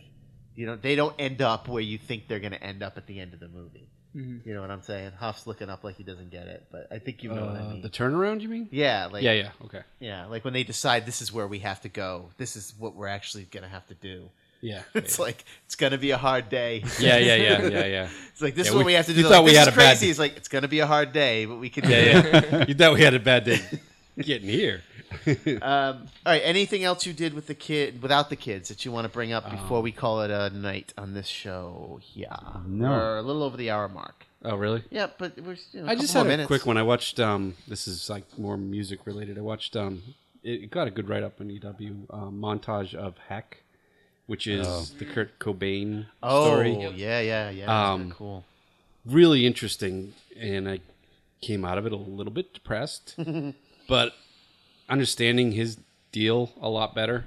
S1: you know they don't end up where you think they're going to end up at the end of the movie.
S4: Mm-hmm.
S1: You know what I'm saying? Huff's looking up like he doesn't get it, but I think you know what I
S4: Uh,
S1: mean.
S4: the turnaround, you mean?
S1: yeah, like
S4: Yeah, yeah, okay.
S1: yeah, like when they decide this is where we have to go, this is what we're actually gonna have to do.
S4: Yeah,
S1: It's like it's gonna be a hard day.
S4: yeah, yeah, yeah, yeah, yeah.
S1: It's like this
S4: Yeah,
S1: is what we
S4: we-
S1: have to do.
S4: you
S1: They're
S4: thought
S1: like,
S4: we
S1: this
S4: had
S1: is
S4: a bad
S1: crazy.
S4: day.
S1: It's like it's gonna be a hard day, but we can. do it.
S4: yeah, yeah. you thought we had a bad day getting here.
S1: Um, all right. Anything else you did with the kid without the kids that you want to bring
S4: Uh.
S1: up before we call it a night on this show? Yeah,
S2: No.
S1: we're a little over the hour mark.
S4: Oh, really?
S1: Yeah, but we're you know,
S4: I just
S1: couple
S4: had
S1: more
S4: a
S1: minutes.
S4: quick one. I watched. Um, this is like more music related. I watched. Um, it got a good write up on EW. Um, montage of Heck, which is the Kurt Cobain
S1: Oh,
S4: story.
S1: yeah, yeah, yeah. that's been
S4: Um,
S1: cool.
S4: Really interesting, and I came out of it a little bit depressed, but understanding his deal a lot better.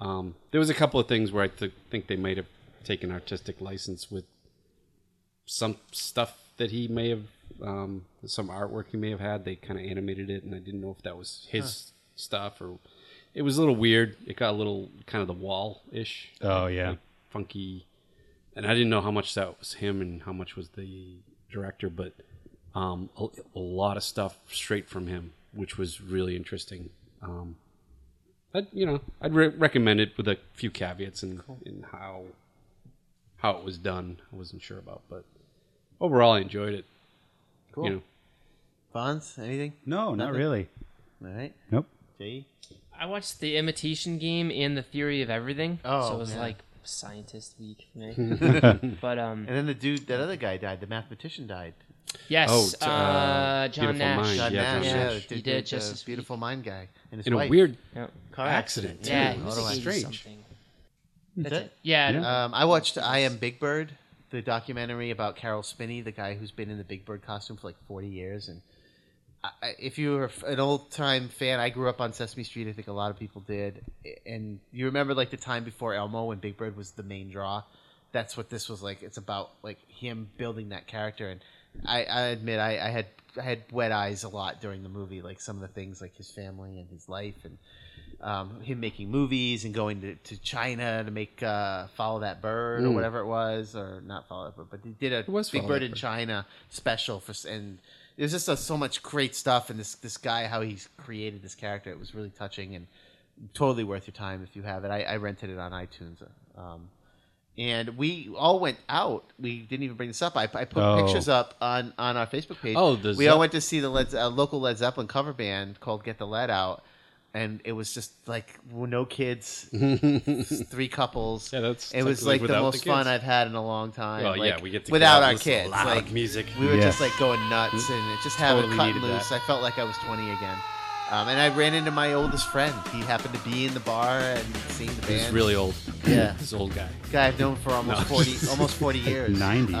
S4: Um, there was a couple of things where I th- think they might have taken artistic license with some stuff that he may have um, some artwork he may have had they kind of animated it and i didn't know if that was his stuff or it was a little weird it got a little kind of the wall-ish
S2: Oh, yeah.
S4: funky and i didn't know how much that was him and how much was the director but um, a, a lot of stuff straight from him which was really interesting um, I'd, you know i'd re- recommend it with a few caveats and, and how how it was done i wasn't sure about but overall i enjoyed it
S1: Cool.
S4: you know
S1: Fonz, anything?
S2: no, not
S1: Nothing.
S2: really.
S1: All right.
S2: Nope.
S1: Jay.
S3: I watched the Imitation Game and the Theory of Everything.
S1: Oh,
S3: so it was
S1: yeah.
S3: like scientist week for me. but um,
S1: And then the dude, that other guy died. The mathematician died.
S3: yes,
S4: Oh, t-
S3: uh,
S4: uh,
S3: John
S4: Beautiful
S3: Nash.
S4: Mind,
S1: John
S4: Yeah,
S1: Nash,
S4: John
S1: yeah,
S4: Nash.
S1: the
S3: He
S1: dude
S3: did
S1: with
S3: just
S1: the
S3: this week.
S1: beautiful mind guy, and his
S4: in a
S1: wife.
S4: weird
S3: Yeah,
S1: car
S4: accident, too.
S3: yeah,
S4: Dude,
S3: he
S4: what
S3: was
S4: a
S3: like
S4: lot.
S3: 80
S4: Strange.
S3: something.
S1: That's
S3: That's
S1: it?
S3: it. Yeah,
S2: Yeah.
S1: Um, I watched I Am Big Bird, the documentary about Carol Spinney, the guy who's been in the Big Bird costume for like 40 years. And I, I- if you were an old time fan, I grew up on Sesame Street. I think a lot of people did. And you remember like the time before Elmo when Big Bird was the main draw. That's what this was like. It's about like him building that character. And I, I admit I, I had I had wet eyes a lot during the movie. Like some of the things like his family and his life and um, him making movies and going to, to China to make uh, Follow That Bird or whatever it was, or not Follow That Bird, but they did a
S4: Mm. was
S1: Big
S4: Follow
S1: Bird
S4: That
S1: in
S4: Bird.
S1: China special for, s- and there's just uh, so much great stuff. And this this guy, how he's created this character, it was really touching and totally worth your time if you have it. I, I rented it on iTunes. Um, and we all went out. We didn't even bring this up. I, I put
S2: Oh.
S1: pictures up on, on our Facebook page.
S4: Oh, the
S1: we
S4: Ze-
S1: all went to see the Led, uh, local Led Zeppelin cover band called Get the Lead Out, and it was just like no kids, three couples.
S4: Yeah, that's
S1: it was
S4: technically
S1: like the
S4: without
S1: most
S4: the
S1: fun
S4: kids.
S1: I've had in a long time.
S4: Well, yeah,
S1: like,
S4: we get to
S1: without
S4: get out
S1: our
S4: and listen to
S1: kids.
S4: loud
S1: Like
S4: music.
S1: we were
S2: Yeah.
S1: just like going nuts and it just having
S4: Totally
S1: cut
S4: needed
S1: loose.
S4: that.
S1: I felt like I was 20 again. Um, and I ran into my oldest friend. He happened to be in the bar and seeing the band.
S4: He's really old.
S1: Yeah.
S4: This old guy.
S1: guy I've known for almost
S4: No.
S1: 40 almost 40 years. um,
S2: 90.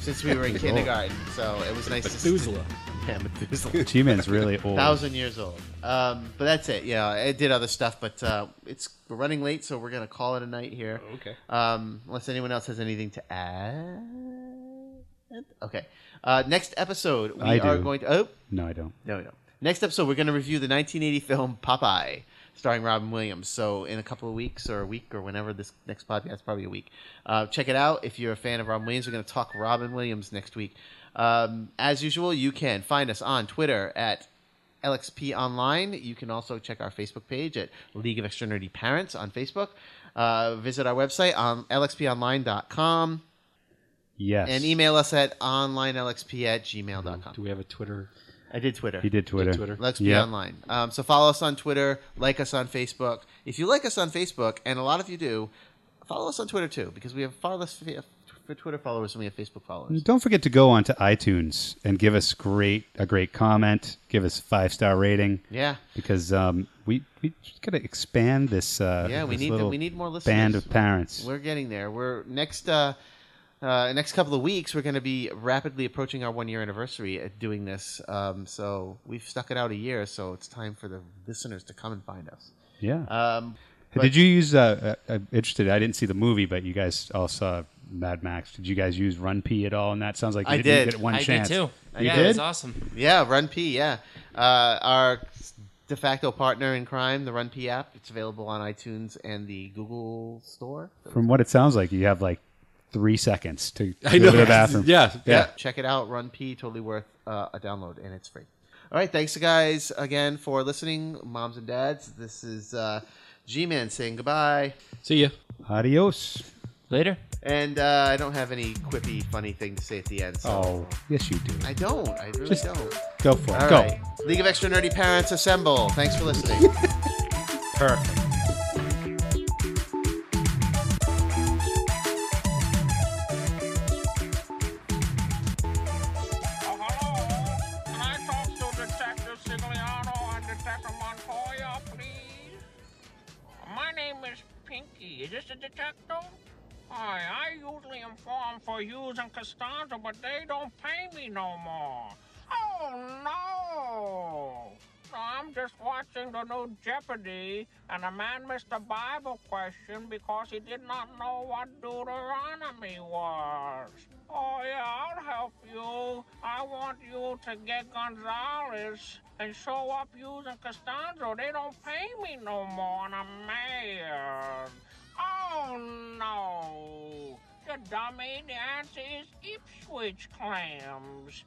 S1: since we were in kindergarten. So it was nice to see.
S4: Methuselah.
S1: Yeah, Methuselah.
S2: G Man's really old.
S1: Thousand years old. Um, but that's it. Yeah, I did other stuff, but uh, it's we're running late, so we're gonna call it a night here.
S4: Okay.
S1: Um, unless anyone else has anything to add. Okay. Uh, next episode, we
S2: I
S1: are
S2: do.
S1: going to. Oh,
S2: No, I don't.
S1: no, no. Next episode, we're going to review the 1980 film Popeye, starring Robin Williams. So, in a couple of weeks or a week or whenever this next podcast, probably a week, uh, check it out. If you're a fan of Robin Williams, we're going to talk Robin Williams next week. Um, as usual, you can find us on Twitter at LXP Online. You can also check our Facebook page at League of Extra Nerdy Parents on Facebook. Uh, visit our website on lxponline.com
S2: Yes.
S1: and email us at onlinelxp at gmail.com.
S4: Do we have a Twitter?
S1: I did Twitter.
S2: He did Twitter.
S4: Twitter.
S1: Let's be
S2: Yeah.
S1: online. Um, so follow us on Twitter, like us on Facebook. If you like us on Facebook, and a lot of you do, follow us on Twitter too, because we have far less fa- for Twitter followers than we have Facebook followers.
S2: Don't forget to go on to iTunes and give us great a great comment. Give us five star rating
S1: Yeah,
S2: because um, we we just gotta expand this. Uh,
S1: Yeah, we
S2: this
S1: need-
S2: little
S1: we need more listeners.
S2: Band of parents.
S1: we're getting there. We're next. Uh, uh, next couple of weeks, we're going to be rapidly approaching our one year anniversary at doing this. Um, so we've stuck it out a year, so it's time for the listeners to come and find us.
S2: yeah.
S1: Um, but-
S2: Did you use? Uh, uh, I'm interested. I didn't see the movie, but you guys all saw Mad Max. Did you guys use Run P at all? And that sounds like you
S1: I
S2: didn't
S1: did.
S2: get one
S3: I
S2: chance.
S3: did too.
S2: You
S3: yeah,
S2: did.
S3: it was awesome.
S1: Yeah, Run P. Yeah, uh, our de facto partner in crime, the Run P app. It's available on iTunes and the Google Store.
S2: From what it sounds like, you have like three seconds to
S4: I
S2: go
S4: know.
S2: to the bathroom.
S4: Yeah.
S2: yeah.
S1: Check it out, Run P. Totally worth uh, a download, and it's free. All right, thanks guys again for listening, moms and dads. This is uh, G-Man saying goodbye,
S4: See ya.
S2: Adios.
S3: Later.
S1: and uh, I don't have any quippy, funny thing to say at the end. So
S2: Oh, yes, you do.
S1: I don't. I really don't.
S2: Go for it.
S1: All
S2: go.
S1: right, League of Extra Nerdy Parents, assemble! Thanks for listening.
S2: Perfect.
S5: Oh, hello. Can I talk to Detective Sigliano and Detective Montoya, please? My name is Pinky. Is this the detective? Hi, I usually inform for Hughes and Costanza, but they don't pay me no more. Oh, no. I'm just watching the new Jeopardy, and a man missed a Bible question because he did not know what Deuteronomy was. Oh, yeah, I'll help you. I want you to get Gonzalez and show up using Costanzo. They don't pay me no more, and I'm mad. Oh, no. The dummy, the answer is Ipswich clams.